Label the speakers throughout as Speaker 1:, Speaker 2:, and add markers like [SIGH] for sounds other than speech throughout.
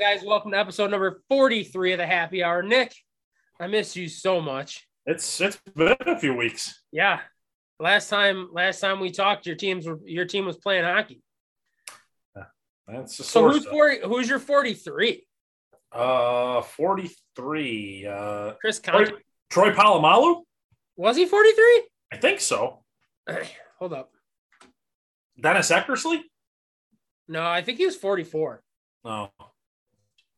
Speaker 1: guys. Welcome to episode number 43 of the Happy Hour. Nick, I miss you so much.
Speaker 2: It's it's been a few weeks.
Speaker 1: Yeah. Last time last time we talked, your teams were your team was playing hockey.
Speaker 2: That's just
Speaker 1: So who's 40, who's your 43?
Speaker 2: uh forty three. Uh,
Speaker 1: Chris Conti.
Speaker 2: Right. Troy Polamalu,
Speaker 1: Was he 43?
Speaker 2: I think so.
Speaker 1: [CLEARS THROAT] Hold up.
Speaker 2: Dennis Eckersley.
Speaker 1: No, I think he was 44.
Speaker 2: No,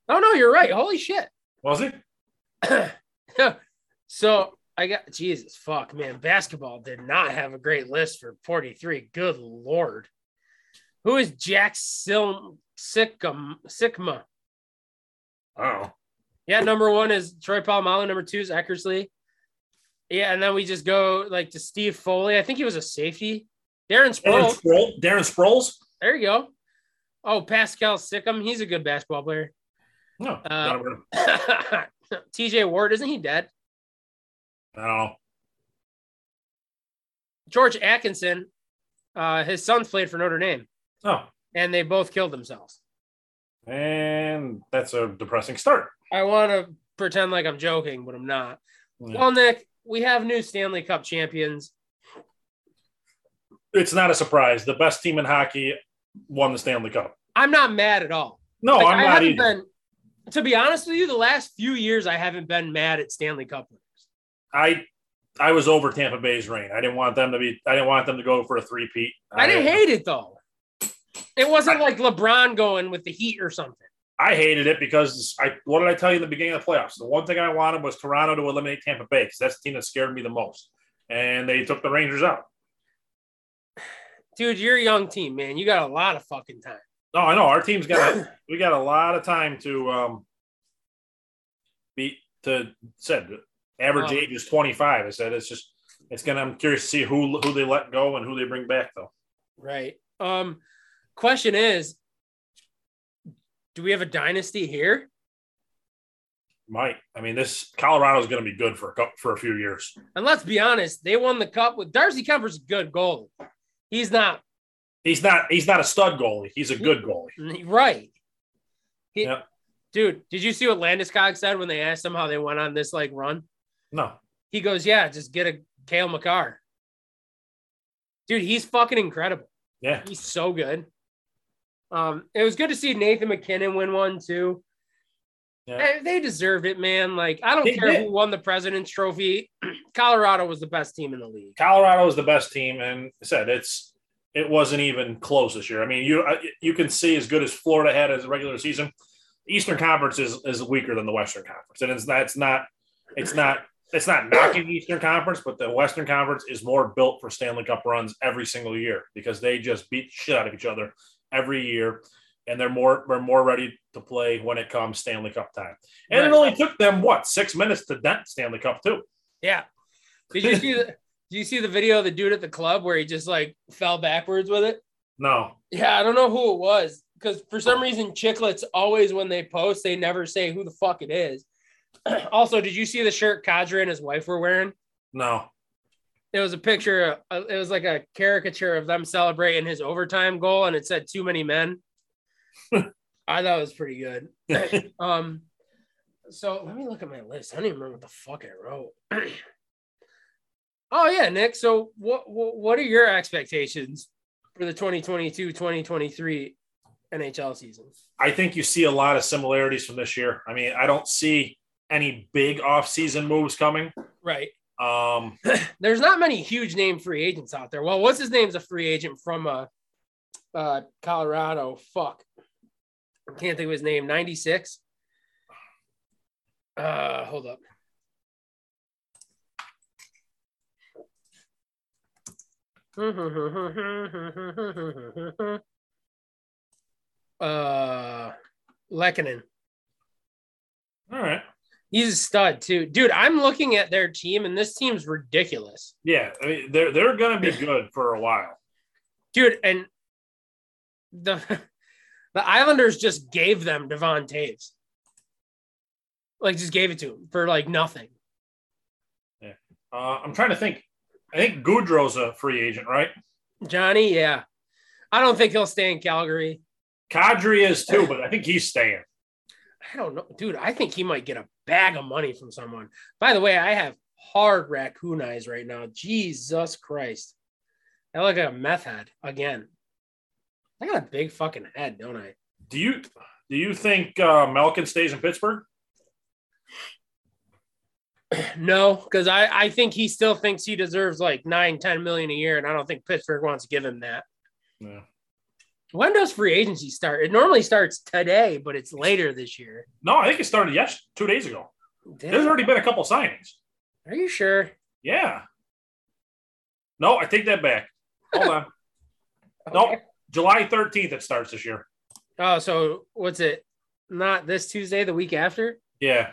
Speaker 1: Oh no, you're right. Holy shit.
Speaker 2: was it?
Speaker 1: [COUGHS] so I got Jesus fuck man. Basketball did not have a great list for 43. Good lord. Who is Jack Sil- Sikma? Sikma?
Speaker 2: Oh,
Speaker 1: Yeah, number one is Troy Polamalu. Number two is Eckersley. Yeah, and then we just go like to Steve Foley. I think he was a safety. Darren
Speaker 2: Darren
Speaker 1: Sproles.
Speaker 2: Sproul, Darren Sproles.
Speaker 1: There you go. Oh, Pascal Sikkim. He's a good basketball player. [COUGHS]
Speaker 2: No,
Speaker 1: Uh,
Speaker 2: not really.
Speaker 1: TJ Ward, isn't he dead?
Speaker 2: I don't know.
Speaker 1: George Atkinson, uh, his son played for Notre Dame,
Speaker 2: Oh,
Speaker 1: and they both killed themselves.
Speaker 2: and that's a depressing start.
Speaker 1: I want to pretend like I'm joking, but I'm not.
Speaker 2: Yeah.
Speaker 1: Well, Nick, we have new Stanley Cup champions.
Speaker 2: It's not a surprise. The best team in hockey won the Stanley Cup.
Speaker 1: I'm not mad at all.
Speaker 2: No,
Speaker 1: Like,
Speaker 2: I'm
Speaker 1: I
Speaker 2: not
Speaker 1: haven't
Speaker 2: either.
Speaker 1: been, to be honest with you, the last few years I haven't been mad at Stanley Cup winners.
Speaker 2: I I was over Tampa Bay's reign. I didn't want them to be. I didn't want them to go for a three peat.
Speaker 1: I didn't hate it though. It wasn't like LeBron going with the Heat or something.
Speaker 2: I hated it because I. What did I tell you in the beginning of the playoffs? The one thing I wanted was Toronto to eliminate Tampa Bay because that's the team that scared me the most, and they took the Rangers out.
Speaker 1: Dude, you're a young team, man. You got a lot of fucking time.
Speaker 2: No, I know our team's got. a- we got a lot of time to um, be to said average
Speaker 1: Um,
Speaker 2: age is twenty five. I said it's just it's gonna. I'm curious to see who who they let go and who they bring back though.
Speaker 1: Right. Um, question is, do we have a dynasty here?
Speaker 2: Might. I mean, this Colorado's going to be good for a cou- for a few years.
Speaker 1: And let's be honest, they won the cup with Darcy Kemper's a good goal. He's not
Speaker 2: He's not. He's not a stud goalie. He's a good goalie.
Speaker 1: right. He-
Speaker 2: Yep.
Speaker 1: Dude, did you see what Landeskog said when they asked him how they went on this like run?
Speaker 2: No,
Speaker 1: He goes, "Yeah, just get a Kale McCarr." Dude, he's fucking incredible.
Speaker 2: yeah,
Speaker 1: He's so good. Um, it was good to see Nathan McKinnon win one too.
Speaker 2: Yeah.
Speaker 1: Eh, They deserve it, man. Like I don't
Speaker 2: They
Speaker 1: care
Speaker 2: did.
Speaker 1: who won the President's Trophy. [CLEARS THROAT] Colorado was the best team in the league.
Speaker 2: Colorado is the best team, and I said it's it wasn't even close this year. I mean, you I- you can see as good as Florida had as a regular season. Eastern Conference is is weaker than the Western Conference, and it's not it's not it's not it's not knocking the Eastern Conference, but the Western Conference is more built for Stanley Cup runs every single year because they just beat the shit out of each other every year, and they're more they're more ready to play when it comes Stanley Cup time. And it
Speaker 1: Right.
Speaker 2: only took them what six minutes to dent Stanley Cup too.
Speaker 1: Yeah. Did you see the Did you see the video of the dude at the club where he just like fell backwards with it?
Speaker 2: No,
Speaker 1: Yeah, I don't know who it was because for some reason Chicklets always when they post they never say who the fuck it is. [CLEARS THROAT] also, did you see the shirt Kadra and his wife were wearing?
Speaker 2: no.
Speaker 1: it was a picture uh, it was like a caricature of them celebrating his overtime goal and it said too many men i thought it was pretty good um so let me look at my list i don't even remember what the fuck i wrote [CLEARS THROAT] oh yeah nick so what what what are your expectations for the 2022-2023 nhl season
Speaker 2: I think you see a lot of similarities from this year. I mean, I don't see any big offseason moves coming.
Speaker 1: right
Speaker 2: Um,
Speaker 1: there's not many huge name free agents out there well what's his name's a free agent from uh uh colorado fuck i can't think of his name 96 uh hold up [LAUGHS] uh Lekanen.
Speaker 2: all right.
Speaker 1: He's a stud too. Dude, I'm looking at their team and this team's ridiculous.
Speaker 2: Yeah, I mean, they're they're going to be good for a while.
Speaker 1: dude. And the [LAUGHS] the Islanders just gave them Devon Taves, like just gave it to him for like nothing.
Speaker 2: Uh, I'm trying to think. I think Goudreau's a free agent, right?
Speaker 1: Johnny, yeah, I don't think he'll stay in Calgary.
Speaker 2: Kadri is too, but I think he's staying.
Speaker 1: I don't know, dude. I think he might get a bag of money from someone. By the way, I have hard raccoon eyes right now. Jesus Christ. I look like a meth head again. I got a big fucking head, don't I?
Speaker 2: Do you do you think uh, Malkin stays in Pittsburgh?
Speaker 1: no, because I, I think he still thinks he deserves like nine, ten million a year, and I don't think Pittsburgh wants to give him that.
Speaker 2: No.
Speaker 1: When does free agency start? It normally starts today, but it's later this year.
Speaker 2: No, I think it started yes two days ago.
Speaker 1: Did
Speaker 2: There's
Speaker 1: it?
Speaker 2: already been a couple signings.
Speaker 1: Are you sure?
Speaker 2: Yeah. No, I take that back. Hold on. Nope.
Speaker 1: Okay.
Speaker 2: July 13th it starts this year.
Speaker 1: Oh, so what's it? Not this Tuesday, the week after?
Speaker 2: Yeah.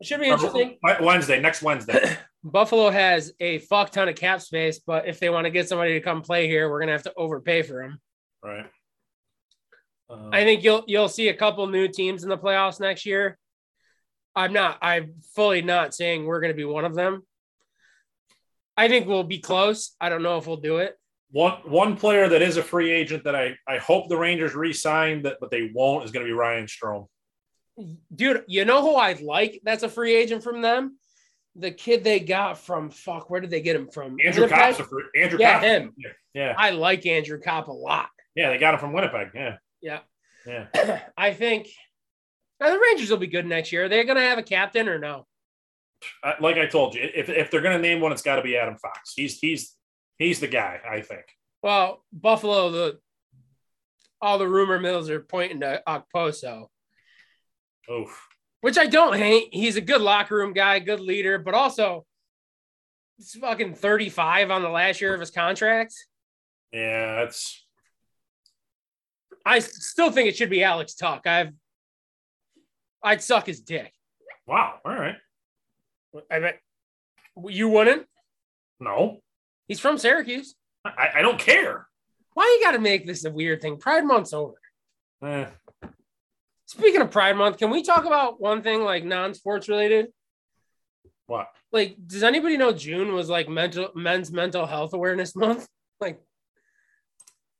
Speaker 1: It should be interesting.
Speaker 2: Or Uh, Wednesday, next Wednesday.
Speaker 1: Buffalo has a fuck ton of cap space, but if they want to get somebody to come play here, we're gonna have to overpay for him.
Speaker 2: right. Uh,
Speaker 1: I think you'll you'll see a couple new teams in the playoffs next year. I'm not. I'm fully not saying we're gonna be one of them. I think we'll be close. I don't know if we'll do it.
Speaker 2: one one player that is a free agent that I, I hope the Rangers re-sign that but they won't is going to be Ryan Strom.
Speaker 1: Dude, you know who I like? That's a free agent from them. The kid they got from fuck, where did they get him from?
Speaker 2: Andrew
Speaker 1: Winnipeg?
Speaker 2: Copp's a free Andrew
Speaker 1: Yeah,
Speaker 2: Kopp's-
Speaker 1: him.
Speaker 2: Yeah.
Speaker 1: I like Andrew Kopp a lot.
Speaker 2: Yeah, they got him from Winnipeg. Yeah.
Speaker 1: Yeah.
Speaker 2: Yeah.
Speaker 1: I think now the Rangers will be good next year. Are they gonna have a captain or no?
Speaker 2: I, like I told you, if, if they're going to name one, it's got to be Adam Fox. He's he's he's the guy, I think.
Speaker 1: Well, Buffalo, the all the rumor mills are pointing to Okposo,
Speaker 2: Oof.
Speaker 1: which I don't hate. He's a good locker room guy, good leader, but also he's fucking 35 on the last year of his contract.
Speaker 2: Yeah, that's
Speaker 1: I s- still think it should be Alex Tuck. I've I'd suck his dick.
Speaker 2: wow. All right.
Speaker 1: I bet you wouldn't.
Speaker 2: No,
Speaker 1: He's from Syracuse.
Speaker 2: I, I don't care.
Speaker 1: Why you got to make this a weird thing? Pride Month's over.
Speaker 2: Eh,
Speaker 1: Speaking of Pride Month, can we talk about one thing like non-sports related?
Speaker 2: what?
Speaker 1: like does anybody know june was like mental men's mental health awareness month [LAUGHS] like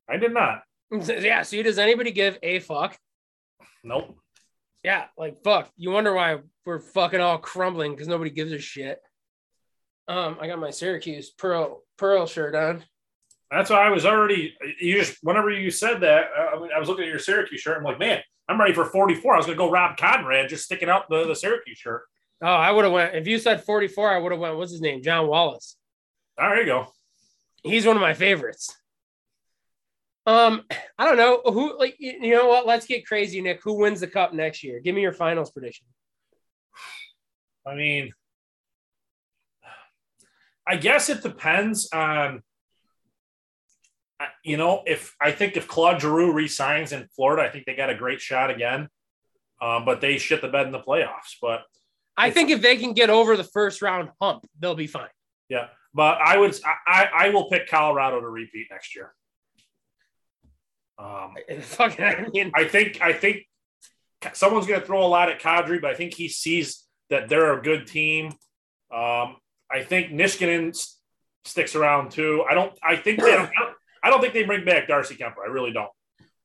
Speaker 2: I did not.
Speaker 1: yeah see does anybody give a fuck
Speaker 2: Nope.
Speaker 1: yeah like fuck you wonder why we're fucking all crumbling because nobody gives a shit um i got my syracuse pearl pearl shirt on
Speaker 2: That's why I was already. You just whenever you said that, uh, I, I mean, I was looking at your Syracuse shirt. I'm like, man, I'm ready for 44. I was gonna go Rob Conrad, just sticking out the, the Syracuse shirt.
Speaker 1: oh i would have went if you said 44 i would have went what's his name john wallace
Speaker 2: All right, there you go.
Speaker 1: he's one of my favorites um i don't know who like you you know what let's get crazy nick who wins the cup next year give me your finals prediction
Speaker 2: I mean, I guess it depends on, I- you know, if I think if Claude Giroux resigns in Florida, I think they got a great shot again. Um, but they shit the bed in the playoffs. But
Speaker 1: I think if they can get over the first round hump, they'll be fine. [LAUGHS]
Speaker 2: but I would I I- I will pick Colorado to repeat next year. Um,
Speaker 1: Fucking, I mean,
Speaker 2: I think I think someone's going to throw a lot at Kadri, but I think he sees that they're a good team. Um, I think Nishkinen s- sticks around too. I don't. I think they. Don't, I don't- I don't think they bring back Darcy Kemper. I really don't.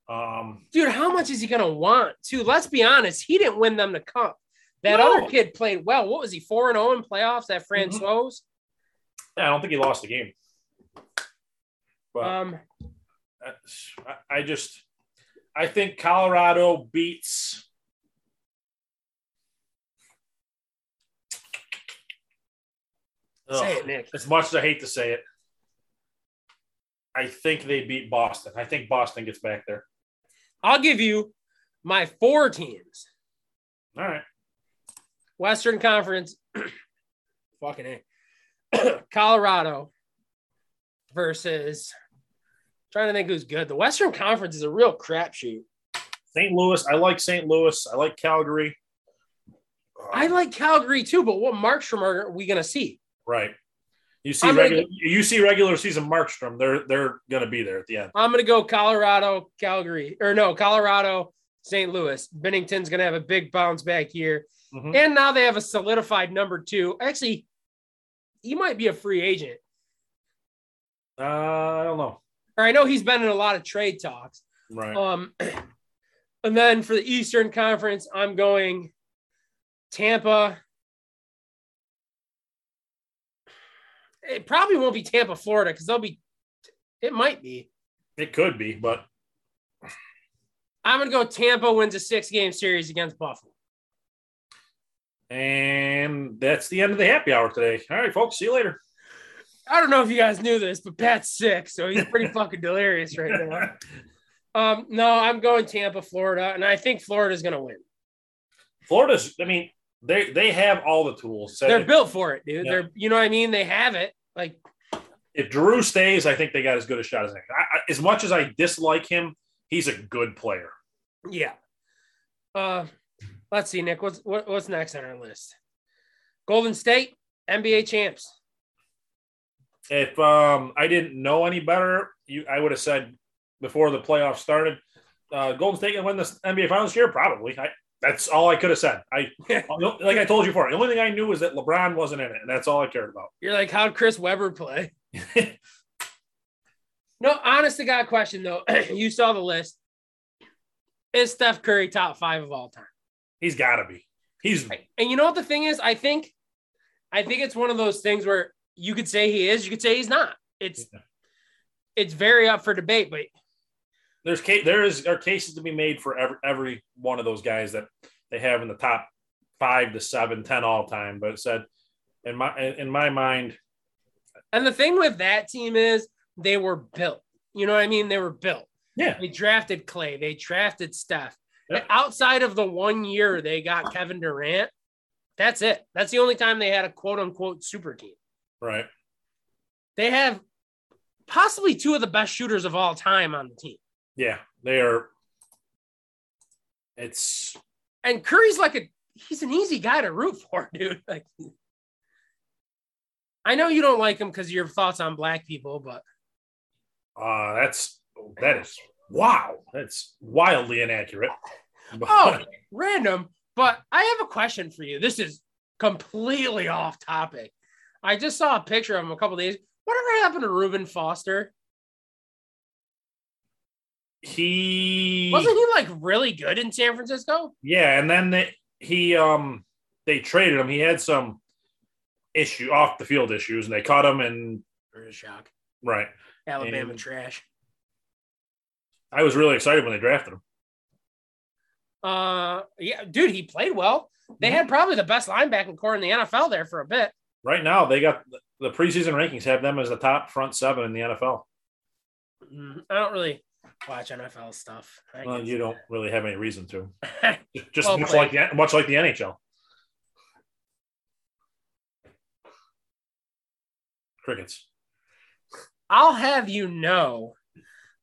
Speaker 2: Um,
Speaker 1: dude, how much is he gonna want? Too. Let's be honest, he didn't win them the cup. That
Speaker 2: No.
Speaker 1: other kid played well. What was he four and zero in playoffs? That Francois.
Speaker 2: I don't think he lost the game. But
Speaker 1: Um,
Speaker 2: that's- I, I just, I think Colorado beats.
Speaker 1: say
Speaker 2: Ugh.
Speaker 1: it, Nick.
Speaker 2: as much as I hate to say it, I think they beat Boston. I think Boston gets back there.
Speaker 1: I'll give you my four teams:
Speaker 2: All right.
Speaker 1: Western Conference. [CLEARS THROAT] fucking a. [CLEARS THROAT] Colorado versus. Trying to think who's good. The Western Conference is a real crapshoot.
Speaker 2: St. Louis. I like St. Louis. I like Calgary. Uh,
Speaker 1: I like Calgary too, but what Markstrom are we going to see?
Speaker 2: right. You see
Speaker 1: I'm gonna
Speaker 2: regular you see regular season Markstrom, they're they're gonna be there at the end.
Speaker 1: I'm going to go Colorado, Calgary, or no, Colorado, St. Louis. Bennington's going to have a big bounce back here.
Speaker 2: Mhm.
Speaker 1: And now they have a solidified number two. Actually, he might be a free agent,
Speaker 2: Uh, I don't know.
Speaker 1: or I know he's been in a lot of trade talks.
Speaker 2: Right.
Speaker 1: Um, [CLEARS THROAT] And then for the Eastern Conference, I'm going Tampa. It probably won't be Tampa, Florida, because they'll be. It might be.
Speaker 2: It could be, but
Speaker 1: I'm gonna go. Tampa wins a six-game series against Buffalo.
Speaker 2: and that's the end of the happy hour today. All right, folks. See you later.
Speaker 1: I don't know if you guys knew this, but Pat's sick, so he's pretty fucking delirious right now. Um, no, I'm going Tampa, Florida, and I think Florida's gonna win.
Speaker 2: Florida's. I mean, they they have all the tools. So
Speaker 1: They're
Speaker 2: if-
Speaker 1: built for it, dude.
Speaker 2: Yeah.
Speaker 1: They're you know what I mean. They have it. Like
Speaker 2: if Drew stays, I think they got as good a shot as anything. I, I, as much as I dislike him, he's a good player.
Speaker 1: yeah. Uh, let's see, Nick. What's what, what's next on our list? Golden State NBA champs.
Speaker 2: If um, I didn't know any better, you, I would have said before the playoffs started, uh, Golden State gonna win this NBA Finals this year. Probably. I, that's all I could have said. I like I told you before. The only thing I knew was that LeBron wasn't in it, and that's all I cared about.
Speaker 1: You're like, how'd Chris Webber play? [LAUGHS] no, honest to God question though. [CLEARS THROAT] you saw the list. Is Steph Curry top five of all time?
Speaker 2: He's got to be. He's
Speaker 1: And you know what the thing is? I think, I think it's one of those things where you could say he is, you could say he's not. It's, it's very up for debate. But
Speaker 2: there's ca- there is are cases to be made for every every one of those guys that they have in the top five to seven, ten all time. But it said in my in my mind,
Speaker 1: and the thing with that team is they were built. You know what I mean? They were built.
Speaker 2: yeah,
Speaker 1: They drafted Clay. They drafted Steph.
Speaker 2: Yep.
Speaker 1: Outside of the one year they got Kevin Durant, that's it. That's the only time they had a quote unquote super team.
Speaker 2: right.
Speaker 1: They have possibly two of the best shooters of all time on the team.
Speaker 2: Yeah, they are. It's
Speaker 1: And Curry's like a he's an easy guy to root for, [LAUGHS] dude. Like I know you don't like him because of your thoughts on black people, but
Speaker 2: uh that's that is wow, that's wildly inaccurate. [LAUGHS]
Speaker 1: oh random. But I have a question for you. This is completely off topic. I just saw a picture of him a couple days. Whatever happened to Reuben Foster?
Speaker 2: he
Speaker 1: Wasn't he like really good in San Francisco?
Speaker 2: Yeah, and then they, he um they traded him. He had some issue off the field issues, and they caught him. And
Speaker 1: Or shock.
Speaker 2: right,
Speaker 1: Alabama
Speaker 2: And-
Speaker 1: trash.
Speaker 2: I was really excited when they drafted him.
Speaker 1: Uh yeah, dude, he played well. They had probably the best linebacking core in the NFL there for a bit.
Speaker 2: Right now, they got the preseason rankings have them as the top front seven in the NFL.
Speaker 1: Mm, I don't really watch NFL stuff. I
Speaker 2: Well,
Speaker 1: guess.
Speaker 2: you don't really have any reason
Speaker 1: [LAUGHS]
Speaker 2: to. Just
Speaker 1: Well
Speaker 2: much like
Speaker 1: played.
Speaker 2: the much like the NHL. Crickets.
Speaker 1: I'll have you know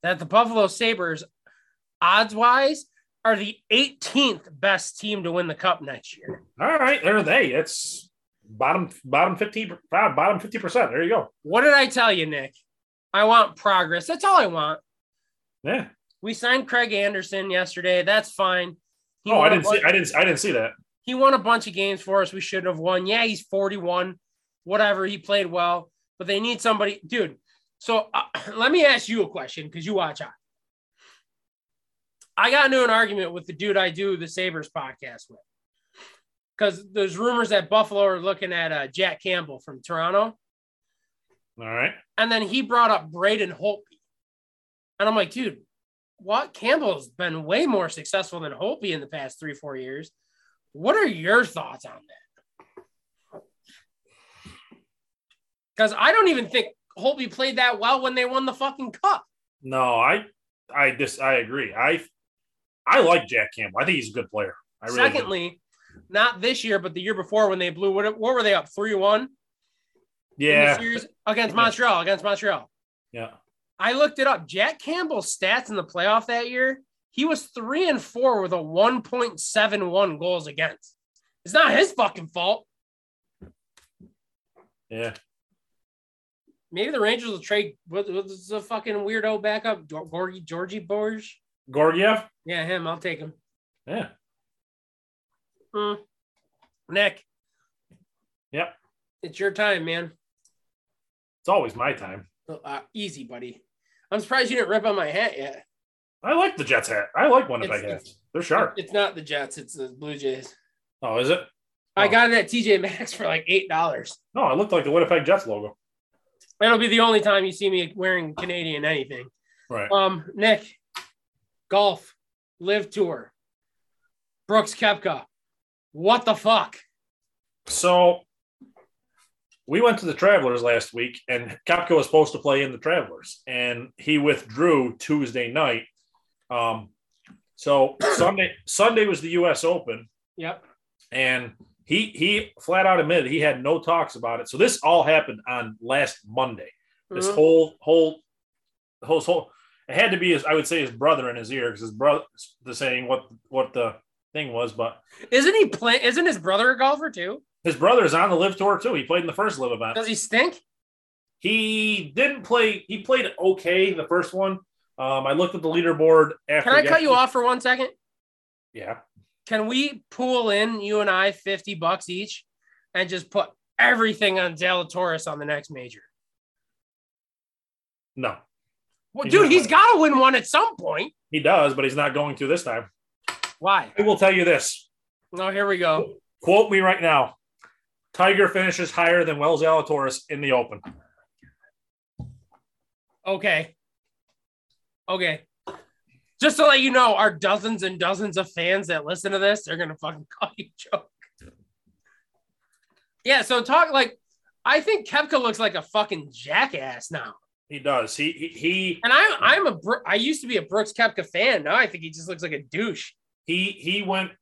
Speaker 1: that the Buffalo Sabres, odds wise, are the 18th best team to win the cup next year.
Speaker 2: All right, there they. It's bottom bottom fifty bottom fifty percent. There you go.
Speaker 1: What did I tell you, Nick? I want progress. That's all I want.
Speaker 2: Yeah.
Speaker 1: We signed Craig Anderson yesterday. That's fine. He
Speaker 2: Oh,
Speaker 1: won
Speaker 2: I
Speaker 1: a
Speaker 2: didn't
Speaker 1: bunch-
Speaker 2: see. I didn't. I didn't see that.
Speaker 1: he won a bunch of games for us. We shouldn't have won. Yeah, he's 41, whatever. He played well, but they need somebody, dude. So uh, [CLEARS THROAT] let me ask you a question because you watch hockey. I got into an argument with the dude I do the Sabres podcast with because there's rumors that Buffalo are looking at uh, Jack Campbell from Toronto.
Speaker 2: All right.
Speaker 1: And then he brought up Braden Holtby. And I'm like, dude, what Campbell's been way more successful than Holtby in the past three, four years. What are your thoughts on that? Because I don't even think Holtby played that well when they won the fucking cup.
Speaker 2: No, I I dis I agree. I I like Jack Campbell. I think he's a good player. I really do.
Speaker 1: Secondly, not this year, but the year before when they blew what, what were they up 3 1
Speaker 2: yeah,
Speaker 1: series against
Speaker 2: Yeah.
Speaker 1: Montreal? Against Montreal.
Speaker 2: yeah.
Speaker 1: I looked it up. Jack Campbell's stats in the playoff that year, he was three and four with a 1.71 goals against. It's not his fucking fault.
Speaker 2: Yeah.
Speaker 1: Maybe the Rangers will trade with the fucking weirdo backup, Gor- Gorgie Georgie Borge.
Speaker 2: Gorgiev?
Speaker 1: Yeah, him. I'll take him.
Speaker 2: Yeah.
Speaker 1: Nick.
Speaker 2: Yep.
Speaker 1: It's your time, man.
Speaker 2: It's always my time.
Speaker 1: Uh, easy, buddy. I'm surprised you didn't rip on my hat yet.
Speaker 2: I like the Jets hat. I like Winnipeg
Speaker 1: It's-
Speaker 2: hats. They're sharp.
Speaker 1: It's not the Jets. It's the Blue Jays.
Speaker 2: Oh, is it?
Speaker 1: I
Speaker 2: Oh.
Speaker 1: got it at TJ Maxx for like eight dollars.
Speaker 2: No, it looked like the Winnipeg Jets logo.
Speaker 1: That'll be the only time you see me wearing Canadian anything.
Speaker 2: Right.
Speaker 1: Um, Nick, golf, live tour, Brooks Kepka. What the fuck?
Speaker 2: So we went to the Travelers last week, and Kopko was supposed to play in the Travelers, and he withdrew Tuesday night. Um, so Sunday Sunday was the U.S. Open,
Speaker 1: Yep.
Speaker 2: and he he flat out admitted he had no talks about it. So this all happened on last Monday. This
Speaker 1: Mhm.
Speaker 2: whole whole whole whole it had to be his I would say his brother in his ear because his brother the saying what what the thing was, but
Speaker 1: Isn't he playing? Isn't his brother a golfer too?
Speaker 2: his brother is on the live tour too. He played in the first live event.
Speaker 1: Does he stink?
Speaker 2: He didn't play. He played okay in the first one. Um, I looked at the leaderboard after.
Speaker 1: Can I
Speaker 2: he
Speaker 1: cut you
Speaker 2: got-
Speaker 1: off for one second?
Speaker 2: Yeah,
Speaker 1: Can we pool in you and I fifty bucks each, and just put everything on Zalatoris on the next major?
Speaker 2: no,
Speaker 1: Well,
Speaker 2: He's
Speaker 1: dude,
Speaker 2: not
Speaker 1: he's
Speaker 2: winning.
Speaker 1: got to win one at some point.
Speaker 2: he does, but he's not going to this time.
Speaker 1: Why?
Speaker 2: I will tell you this.
Speaker 1: No, here we go.
Speaker 2: Quote me right now. Tiger finishes higher than Wells Alatoris in the Open.
Speaker 1: Okay. Okay. Just to let you know, our dozens and dozens of fans that listen to this, they're gonna fucking call you joke. Yeah, so talk like I think Kepka looks like a fucking jackass now.
Speaker 2: He does. He he he
Speaker 1: And I I'm a Bro- I used to be a Brooks Kepka fan. Now I think he just looks like a douche.
Speaker 2: he, he went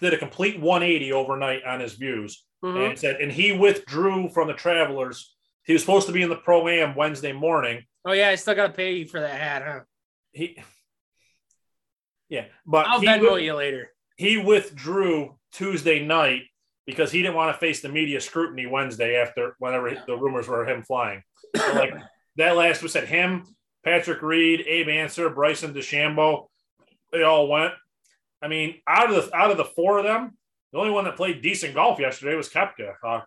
Speaker 2: did a complete 180 overnight on his views
Speaker 1: Mhm.
Speaker 2: and said, and he withdrew from the Travelers. He was supposed to be in the pro am Wednesday morning.
Speaker 1: Oh yeah, I still gotta pay you for that hat, huh?
Speaker 2: He yeah, but
Speaker 1: I'll
Speaker 2: Uh, he
Speaker 1: Venmo
Speaker 2: wi-
Speaker 1: you later.
Speaker 2: he withdrew Tuesday night because he didn't want to face the media scrutiny Wednesday after whenever the rumors were him flying. So, like that last was said him, Patrick Reed, Abe Answer, Bryson DeChambeau, they all went. I mean, out of the out of the four of them, the only one that played decent golf yesterday was Kepka. Uh,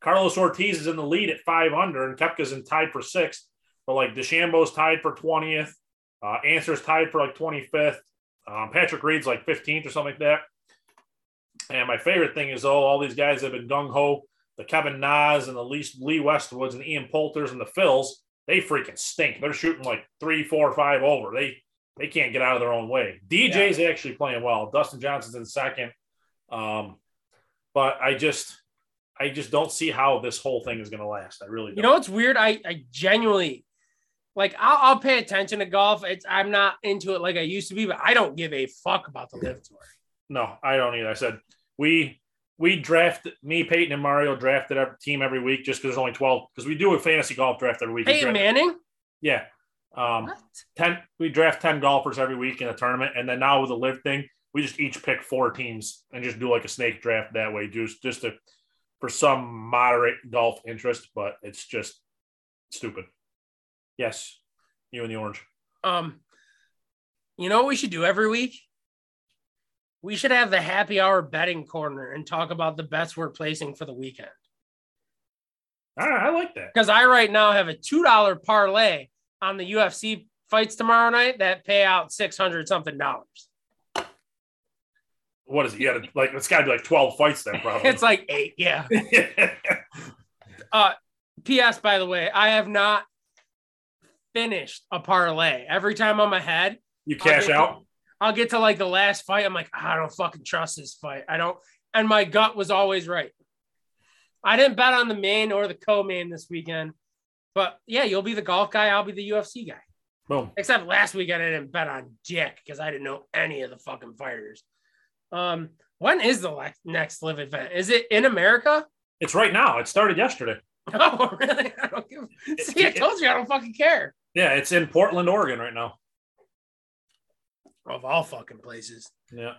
Speaker 2: Carlos Ortiz is in the lead at five under, and Kepka's in tied for sixth. But like DeChambeau's tied for twentieth, uh, Answer's tied for like twenty fifth. Um, Patrick Reed's like 15th or something like that. And my favorite thing is, oh, all these guys have been gung ho. The Kevin Nas and the Lee, Lee Westwoods and the Ian Poulters and the Phils, they freaking stink. They're shooting like three, four, five over. They they can't get out of their own way. DJ's actually playing well. Dustin Johnson's in second. Um, but I just I just don't see how this whole thing is going to last. I really don't.
Speaker 1: You know what's weird? I, I genuinely like I'll, I'll pay attention to golf. It's I'm not into it like I used to be, but I don't give a fuck about the live tour.
Speaker 2: No, I don't either. I said we we draft me, Peyton, and Mario drafted our team every week just because there's only twelve because we do a fantasy golf draft every week. We
Speaker 1: Peyton
Speaker 2: draft-
Speaker 1: Manning?
Speaker 2: Yeah. Um,
Speaker 1: What?
Speaker 2: ten we draft ten golfers every week in a tournament, and then now with the live thing, we just each pick four teams and just do like a snake draft that way, just just to for some moderate golf interest, but it's just stupid. Yes, you and the orange.
Speaker 1: Um, you know what we should do every week? We should have the happy hour betting corner and talk about the bets we're placing for the weekend.
Speaker 2: All right, Ah, I like that.
Speaker 1: Because I right now have a two dollar parlay on the UFC fights tomorrow night that pay out six hundred something dollars.
Speaker 2: What is it? You got like it's got to be like twelve fights then, probably.
Speaker 1: It's like eight, yeah.
Speaker 2: like
Speaker 1: P.S. By the way, I have not finished a parlay. Every time I'm ahead,
Speaker 2: [LAUGHS] you
Speaker 1: I'll get
Speaker 2: cash
Speaker 1: to-
Speaker 2: out.
Speaker 1: I'll get to like the last fight. I'm like, "Ah, I don't fucking trust this fight. I don't. And my gut was always right. I didn't bet on the main or the co-main this weekend, but yeah, you'll be the golf guy. I'll be the UFC guy.
Speaker 2: Boom.
Speaker 1: Except last weekend I didn't bet on Dick because I didn't know any of the fucking fighters. Um, when is the le- next live event? Is it in America?
Speaker 2: It's right now. It started yesterday.
Speaker 1: [LAUGHS] Oh, really? I don't give. [LAUGHS] See, I told you I don't fucking care.
Speaker 2: Yeah, it's in Portland, Oregon right now.
Speaker 1: of all fucking places.
Speaker 2: Yeah.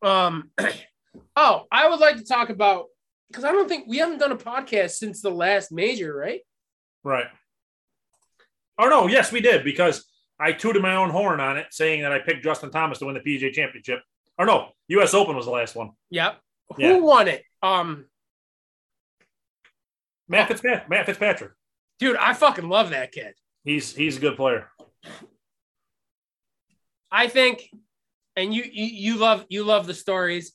Speaker 1: Um, [CLEARS THROAT] oh, I would like to talk about because I don't think we haven't done a podcast since the last major, right?
Speaker 2: Right. Oh no, yes, we did because I tooted my own horn on it saying that I picked Justin Thomas to win the PGA championship. Or no, US Open was the last one.
Speaker 1: Yep.
Speaker 2: Yeah.
Speaker 1: Who won it? Um,
Speaker 2: Matt Fitzpatrick. Matt Fitzpatrick.
Speaker 1: dude, I fucking love that kid.
Speaker 2: He's he's a good player.
Speaker 1: I think, and you, you you love you love the stories.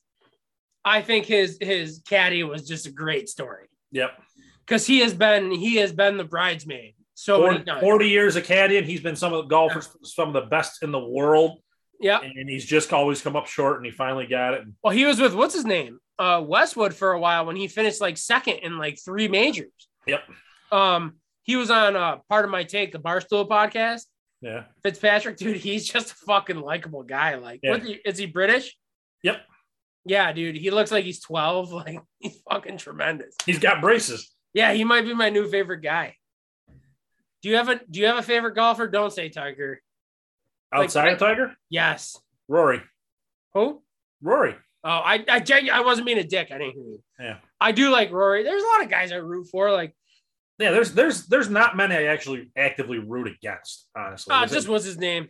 Speaker 1: I think his his caddy was just a great story
Speaker 2: Yep.
Speaker 1: because he has been he has been the bridesmaid so many
Speaker 2: 40,
Speaker 1: times.
Speaker 2: 40 years of caddy, and he's been some of the golfers, some of the best in the world.
Speaker 1: yeah.
Speaker 2: And he's just always come up short, and he finally got it.
Speaker 1: Well, he was with what's his name, uh, Westwood for a while when he finished like second in like three majors.
Speaker 2: Yep.
Speaker 1: Um, he was on uh, part of my take the Barstool podcast.
Speaker 2: Yeah.
Speaker 1: Fitzpatrick, [LAUGHS] dude, he's just a fucking likable guy. Like,
Speaker 2: Yeah.
Speaker 1: what the- is he British?
Speaker 2: Yep.
Speaker 1: Yeah, dude, he looks like he's 12. [LAUGHS] Like, he's fucking tremendous.
Speaker 2: He's got braces.
Speaker 1: Yeah, he might be my new favorite guy. Do you have a Do you have a favorite golfer? Don't say Tiger. Like-
Speaker 2: Outside of Tiger,
Speaker 1: Yes.
Speaker 2: Rory.
Speaker 1: Who?
Speaker 2: Rory.
Speaker 1: Oh, I I genu- I wasn't being a dick. I didn't hear you.
Speaker 2: Yeah.
Speaker 1: I do like Rory. There's a lot of guys I root for. Like,
Speaker 2: Yeah, there's there's there's not many I actually actively root against, honestly.
Speaker 1: uh,
Speaker 2: Is it-
Speaker 1: just what's his name?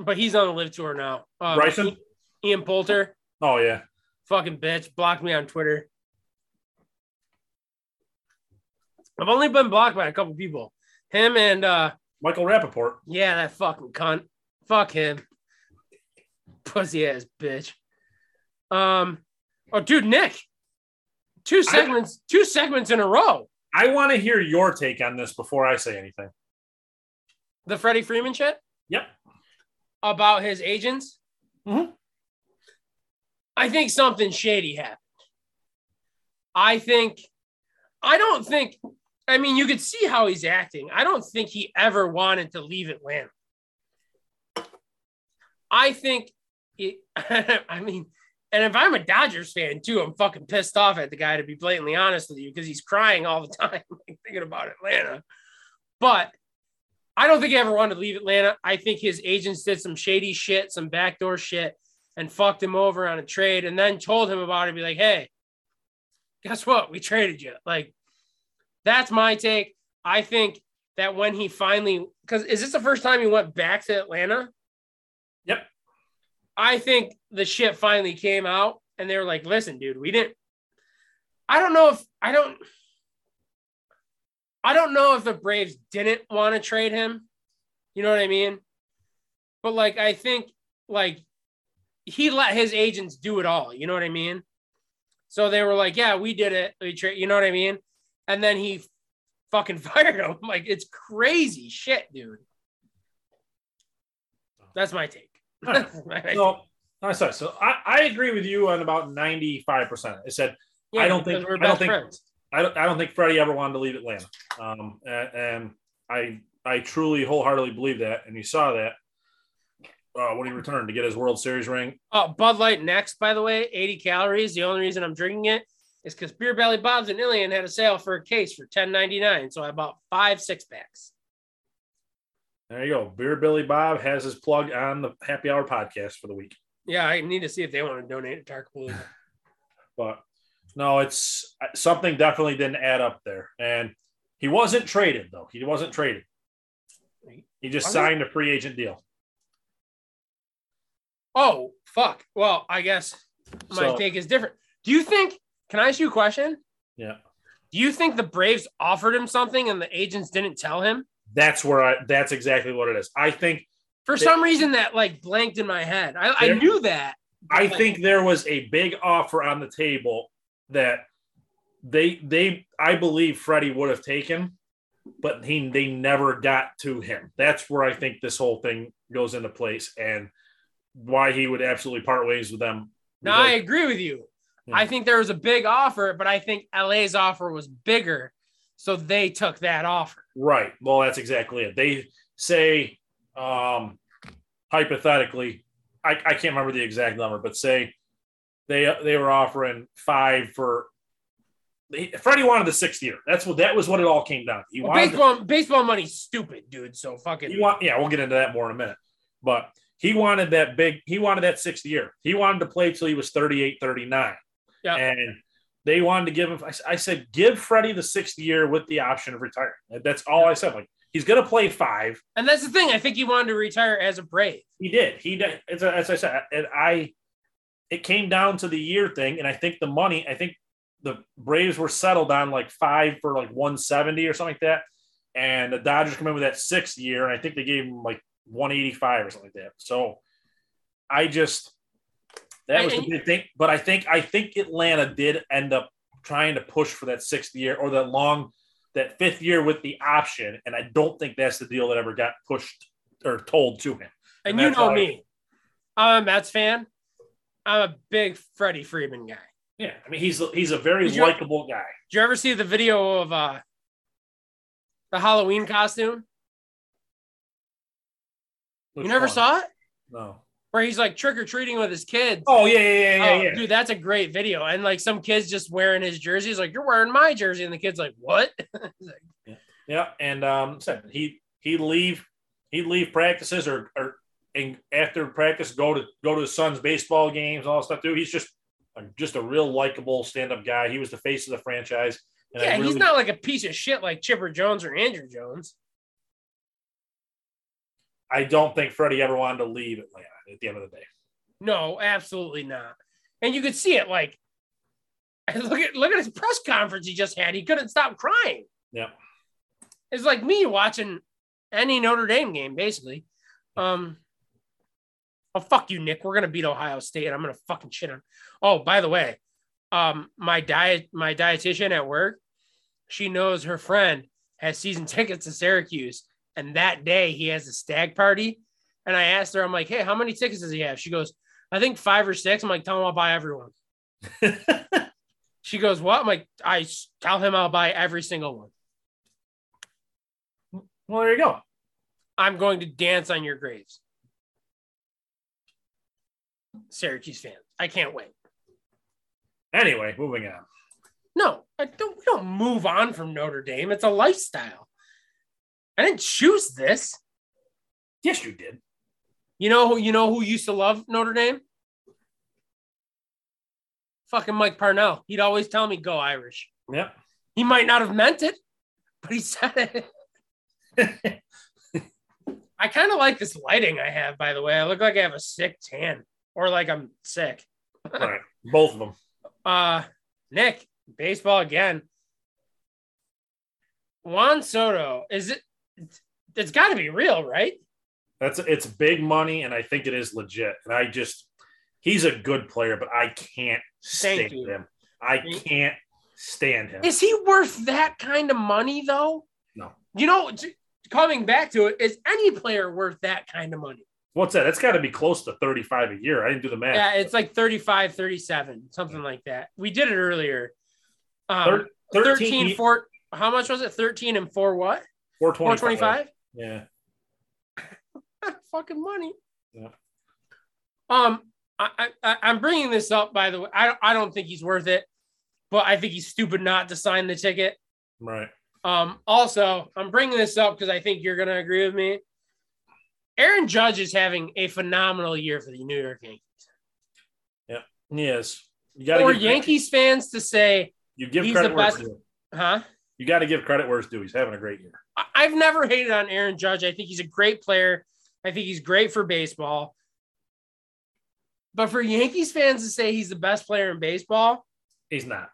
Speaker 1: But he's on the live tour now. Um,
Speaker 2: Bryson?
Speaker 1: Ian Poulter,
Speaker 2: Oh yeah.
Speaker 1: fucking bitch, blocked me on Twitter. I've only been blocked by a couple people. Him and uh
Speaker 2: Michael Rappaport.
Speaker 1: yeah, that fucking cunt. Fuck him. Pussy ass bitch. Um oh dude, Nick. Two segments, two segments in a row.
Speaker 2: I want to hear your take on this before I say anything.
Speaker 1: The Freddie Freeman shit?
Speaker 2: Yep.
Speaker 1: About his agents.
Speaker 2: Mhm.
Speaker 1: I think something shady happened. I think, I don't think, I mean, you could see how he's acting. I don't think he ever wanted to leave Atlanta. I think, it, [LAUGHS] I mean, and if I'm a Dodgers fan too, I'm fucking pissed off at the guy to be blatantly honest with you because he's crying all the [LAUGHS] time like, thinking about Atlanta. But I don't think he ever wanted to leave Atlanta. I think his agents did some shady shit, some backdoor shit, and fucked him over on a trade, and then told him about it. Be like, hey, guess what? We traded you. Like, that's my take. I think that when he finally, because is this the first time he went back to Atlanta?
Speaker 2: Yep.
Speaker 1: I think the shit finally came out, and they were like, listen, dude, we didn't. I don't know if I don't. I don't know if the Braves didn't want to trade him. You know what I mean? But like I think like he let his agents do it all, you know what I mean? So they were like, "Yeah, we did it. We tra-, you know what I mean?" And then he fucking [LAUGHS] fired him. Like it's crazy shit, dude. That's my take.
Speaker 2: All
Speaker 1: [LAUGHS]
Speaker 2: right. So I said so I, I agree with you on about 95%. I said
Speaker 1: Yeah,
Speaker 2: I don't think-
Speaker 1: because we're
Speaker 2: I don't
Speaker 1: best
Speaker 2: think-
Speaker 1: friends.
Speaker 2: I don't I don't think Freddie ever wanted to leave Atlanta. Um and, and I I truly wholeheartedly believe that and you saw that uh, when he returned to get his World Series ring.
Speaker 1: Oh, Bud Light next, by the way, 80 calories. The only reason I'm drinking it is because Beer Belly Bob's and Ilian had a sale for a case for $10.99. So I bought five six packs.
Speaker 2: There you go. Beer Billy Bob has his plug on the Happy Hour podcast for the week.
Speaker 1: Yeah, I need to see if they want to donate to Dark Blue.
Speaker 2: but no, it's uh, something definitely didn't add up there. And he wasn't traded though. He wasn't traded. He just
Speaker 1: Wasn't?
Speaker 2: signed a free agent deal.
Speaker 1: [LAUGHS] Oh, fuck. Well, I guess my
Speaker 2: So-
Speaker 1: take is different. Do you think, can I ask you a question?
Speaker 2: Yeah.
Speaker 1: Do you think the Braves offered him something and the agents didn't tell him?
Speaker 2: That's where I. That's exactly what it is. I think.
Speaker 1: For
Speaker 2: They-
Speaker 1: some reason, that like blanked in my head. I, I
Speaker 2: They're-
Speaker 1: knew that.
Speaker 2: I think there was a big offer on the table that they they I believe Freddie would have taken, but he they never got to him. That's where I think this whole thing goes into place and why he would absolutely part ways with them.
Speaker 1: No, I agree with you.
Speaker 2: Yeah.
Speaker 1: I think there was a big offer, but I think LA's offer was bigger. So they took that offer.
Speaker 2: Right. Well, that's exactly it. They say, um, hypothetically, I, I can't remember the exact number, but say they they were offering five for. They, Freddie wanted the sixth year. That's what that was. What it all came down. to. He
Speaker 1: Well,
Speaker 2: wanted.
Speaker 1: baseball, baseball money's stupid, dude. So
Speaker 2: the-
Speaker 1: fucking
Speaker 2: he want. Yeah, we'll get into that more in a minute. But he wanted that big. He wanted that sixth year. He wanted to play till he was 38, 39.
Speaker 1: Yeah.
Speaker 2: And they wanted to give him. I s- I said, give Freddie the sixth year with the option of retiring. That's all I said. Like he's gonna play five.
Speaker 1: And that's the thing. I think he wanted to retire as a Brave.
Speaker 2: He did. He did. As, I- as I said, and I, it came down to the year thing, and I think the money. I think the Braves were settled on like five for like one seventy or something like that, and the Dodgers come in with that sixth year, and I think they gave him like one eighty five or something like that. So I just that was
Speaker 1: And-
Speaker 2: the big thing. But I think I think Atlanta did end up trying to push for that sixth year or that long that fifth year with the option, and I don't think that's the deal that ever got pushed or told to him.
Speaker 1: And
Speaker 2: And
Speaker 1: you
Speaker 2: that's
Speaker 1: know
Speaker 2: why-
Speaker 1: me. I'm a Mets fan. I'm a big Freddie Freeman guy.
Speaker 2: Yeah, I mean he's he's a very
Speaker 1: Did you-
Speaker 2: likable guy.
Speaker 1: Did you ever see the video of uh the Halloween costume? you never saw it?
Speaker 2: No.
Speaker 1: Where he's like trick or treating with his kids.
Speaker 2: Oh yeah yeah yeah yeah.
Speaker 1: Oh,
Speaker 2: yeah.
Speaker 1: Dude, that's a great video. And like some kids just wearing his jersey. He's like, You're wearing my jersey. And the kid's like, What?
Speaker 2: Yeah, and um, said he he leave he leave practices or or and after practice go to go to his son's baseball games all that stuff too. He's just just a real likable stand up guy. He was the face of the franchise. And I
Speaker 1: yeah, he's
Speaker 2: really-
Speaker 1: not like a piece of shit like Chipper Jones or Andrew Jones.
Speaker 2: I don't think Freddie ever wanted to leave Atlanta. At the end of the day,
Speaker 1: No, absolutely not. And you could see it like [LAUGHS] look at look at his press conference he just had. He couldn't stop crying.
Speaker 2: Yep.
Speaker 1: It's like me watching any Notre Dame game, basically. Um oh fuck you, Nick. We're gonna beat Ohio State. I'm gonna fucking shit on. Oh, by the way, um, my diet my dietitian at work, she knows her friend has season [LAUGHS] tickets to Syracuse, and that day he has a stag party. And I asked her, I'm like, hey, how many tickets does he have? She goes, I think five or six. I'm like, tell him I'll buy everyone. She goes, what? I'm like, I s- tell him I'll buy every single one.
Speaker 2: well, there you go.
Speaker 1: I'm going to dance on your graves. Syracuse fans, I can't wait.
Speaker 2: Anyway, moving on.
Speaker 1: No, I don't. We don't move on from Notre Dame. It's a lifestyle. I didn't choose this.
Speaker 2: Yes, you did.
Speaker 1: You know who? You know who used to love Notre Dame? Fucking Mike Parnell. He'd always tell me, "Go Irish."
Speaker 2: Yep.
Speaker 1: He might not have meant it, but he said it. I kind of like this lighting I have, by the way. I look like I have a sick tan or like I'm sick.
Speaker 2: All right, both of them.
Speaker 1: Uh, Nick, baseball again. Juan Soto, is it? It's got to be real, right?
Speaker 2: That's it's big money, and I think it is legit. And I just he's a good player, but I can't
Speaker 1: Thank
Speaker 2: stand
Speaker 1: you.
Speaker 2: him. I
Speaker 1: Thank-
Speaker 2: can't stand him.
Speaker 1: Is he worth that kind of money, though?
Speaker 2: No.
Speaker 1: You know, j- coming back to it, is any player worth that kind of money?
Speaker 2: What's that? That's got to be close to 35 a year. I didn't do the math.
Speaker 1: Yeah, it's like 35, 37, something like that. We did it earlier. Um,
Speaker 2: Thir- e-
Speaker 1: 13,
Speaker 2: 13,
Speaker 1: 4. How much was it? 13 and 4 what?
Speaker 2: 425.
Speaker 1: 425?
Speaker 2: Yeah.
Speaker 1: fucking money.
Speaker 2: Yeah.
Speaker 1: Um, I, I- I I'm bringing this up by the way. I don't- I don't think he's worth it, but I think he's stupid not to sign the ticket.
Speaker 2: Right.
Speaker 1: Um, also, I'm bringing this up because I think you're gonna agree with me. Aaron Judge is having a phenomenal year for the New York Yankees.
Speaker 2: Yes. You got
Speaker 1: For
Speaker 2: to give
Speaker 1: Yankees fans to say,
Speaker 2: You give
Speaker 1: he's
Speaker 2: credit
Speaker 1: the
Speaker 2: where
Speaker 1: best.
Speaker 2: it's due.
Speaker 1: huh?
Speaker 2: You got to give credit where it's due. He's having a great year.
Speaker 1: I- I've never hated on Aaron Judge. I think he's a great player. I think he's great for baseball. But for Yankees fans to say he's the best player in baseball,
Speaker 2: He's not.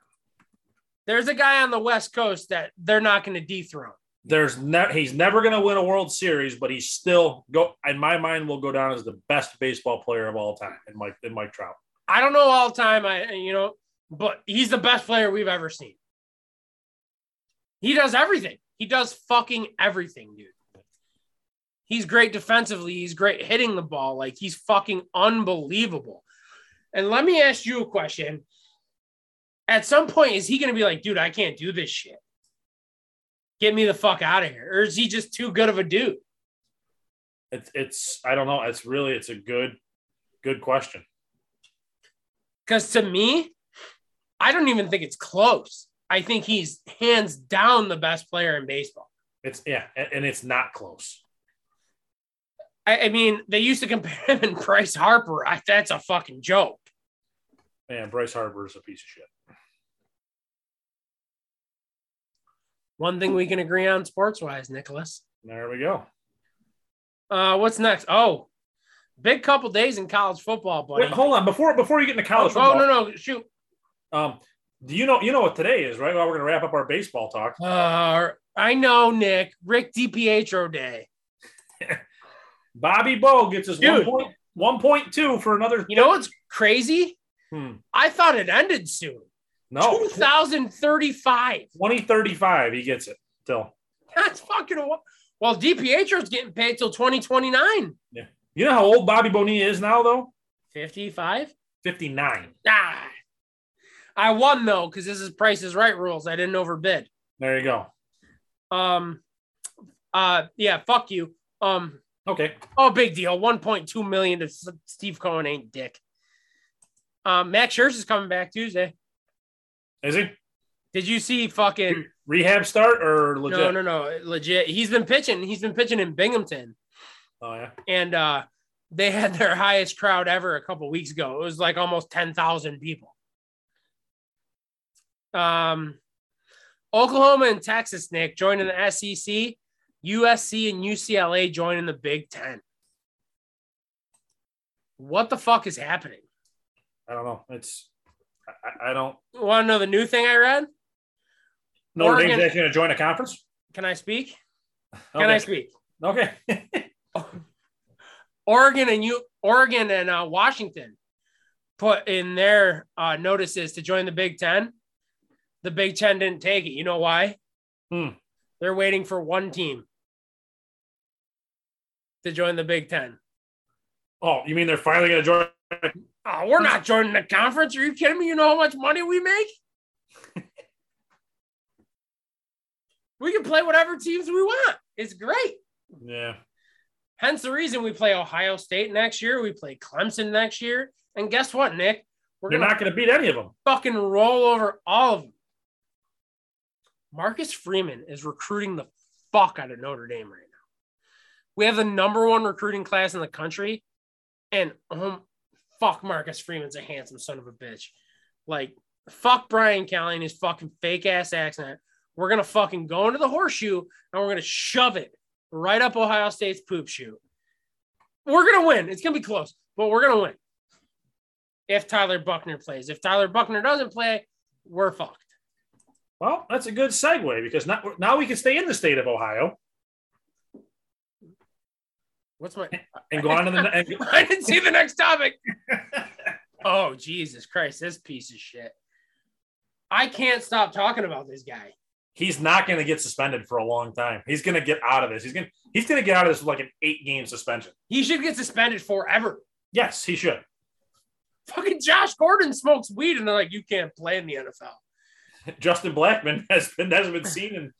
Speaker 1: there's a guy on the West Coast that they're not going to dethrone.
Speaker 2: There's not. He's never going to win a World Series, but he's still go. In my mind, will go down as the best baseball player of all time. And Mike, and Mike Trout.
Speaker 1: I don't know all the time, I you know, but he's the best player we've ever seen. He does everything. He does fucking everything, dude. He's great defensively. He's great hitting the ball. Like he's fucking unbelievable. And let me ask you a question. At some point, is he going to be like, dude, I can't do this shit? Get me the fuck out of here. Or is he just too good of a dude?
Speaker 2: It's. It's. I don't know. It's really. It's a good. Good question.
Speaker 1: Because to me, I don't even think it's close. I think he's hands down the best player in baseball.
Speaker 2: It's yeah, and, and it's not close.
Speaker 1: I, I mean, they used to compare [LAUGHS] him and Bryce Harper. I, that's a fucking joke.
Speaker 2: Man, Bryce Harper is a piece of shit.
Speaker 1: One thing we can agree on sports wise, Nicholas.
Speaker 2: There we go.
Speaker 1: Uh, what's next? Oh, big couple days in college football, buddy.
Speaker 2: Wait, hold on before before you get into college
Speaker 1: oh,
Speaker 2: football.
Speaker 1: no, no, shoot.
Speaker 2: Um, do you know you know what today is, right? Well, we're gonna wrap up our baseball talk.
Speaker 1: Uh, I know, Nick. Rick DiPietro Day.
Speaker 2: Bobby Bo gets his
Speaker 1: Dude.
Speaker 2: one point 1.2 for another.
Speaker 1: You know what's crazy?
Speaker 2: Hmm.
Speaker 1: I thought it ended soon.
Speaker 2: No,
Speaker 1: 2035.
Speaker 2: 2035, he gets it still.
Speaker 1: [LAUGHS] That's fucking. wa- Well, DiPietro's getting paid till 2029.
Speaker 2: You know how old Bobby Bonilla is now, though?
Speaker 1: 55?
Speaker 2: 59.
Speaker 1: Ah. I won though, because this is Price is Right rules. I didn't overbid.
Speaker 2: There you go.
Speaker 1: Um, uh, yeah, fuck you. Um,
Speaker 2: Okay.
Speaker 1: oh, big deal. 1.2 million to S- Steve Cohen ain't dick. Um, Max Scherzer's coming back Tuesday.
Speaker 2: Is he?
Speaker 1: Did you see fucking
Speaker 2: Rehab start or legit?
Speaker 1: no, no, no, legit? He's been pitching. He's been pitching in Binghamton,
Speaker 2: Oh, yeah.
Speaker 1: and uh, they had their [LAUGHS] highest crowd ever a couple weeks ago. It was like almost 10,000 people. Um, Oklahoma and Texas, Nick, joining the E SEC. USC and UCLA joining the Big Ten. What the fuck is happening?
Speaker 2: I don't know. It's, I, I- I don't.
Speaker 1: Want to know the new thing I read?
Speaker 2: Notre
Speaker 1: Oregon-
Speaker 2: Dame's actually going to join a conference?
Speaker 1: Can I speak? Can
Speaker 2: Okay.
Speaker 1: I speak?
Speaker 2: Okay. [LAUGHS]
Speaker 1: Oregon and you, Oregon and uh, Washington, put in their uh, notices to join the Big Ten. The Big Ten didn't take it. You know why?
Speaker 2: Hmm.
Speaker 1: They're waiting for one team to join the Big Ten.
Speaker 2: oh, you mean they're finally going to join?
Speaker 1: Oh, we're not joining the conference. Are you kidding me? You know how much money we make? we can play whatever teams we want. It's great.
Speaker 2: Yeah.
Speaker 1: Hence the reason we play Ohio State next year. We play Clemson next year. And guess what, Nick? We're
Speaker 2: They're
Speaker 1: gonna
Speaker 2: not going to beat any of them.
Speaker 1: fucking roll over all of them. Marcus Freeman is recruiting the fuck out of Notre Dame right now. We have the number one recruiting class in the country, and um, fuck Marcus Freeman's a handsome son of a bitch. Like fuck Brian Kelly and his fucking fake ass accent. We're gonna fucking go into the horseshoe and we're gonna shove it right up Ohio State's poop chute. We're gonna win. It's gonna be close, but we're gonna win if Tyler Buckner plays. If Tyler Buckner doesn't play, we're fucked.
Speaker 2: Well, that's a good segue because now, now we can stay in the state of Ohio
Speaker 1: What's my? [LAUGHS]
Speaker 2: and go on to the. And,
Speaker 1: I [LAUGHS] didn't see the next topic. Oh Jesus Christ! This piece of shit. I can't stop talking about this guy.
Speaker 2: he's not going to get suspended for a long time. He's going to get out of this. He's going to he's going to get out of this with like an eight game suspension.
Speaker 1: He should get suspended forever.
Speaker 2: Yes, he should. [LAUGHS]
Speaker 1: Fucking Josh Gordon smokes weed, and they're like, "You can't play in the NFL."
Speaker 2: Justin Blackman [LAUGHS] has been hasn't been seen in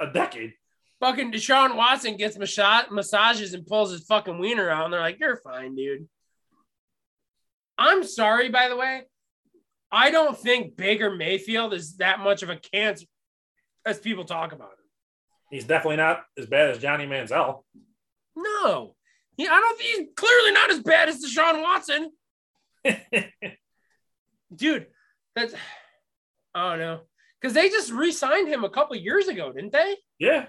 Speaker 2: a decade.
Speaker 1: Fucking Deshaun Watson gets massa- massages and pulls his fucking wiener out, and they're like, "You're fine, dude." I'm sorry, by the way. I don't think Baker Mayfield is that much of a cancer as people talk about him.
Speaker 2: He's definitely not as bad as Johnny Manziel. [LAUGHS]
Speaker 1: No, he, I don't think he's clearly not as bad as Deshaun Watson, dude. That's I don't know because they just re-signed him a couple years ago, didn't they?
Speaker 2: yeah,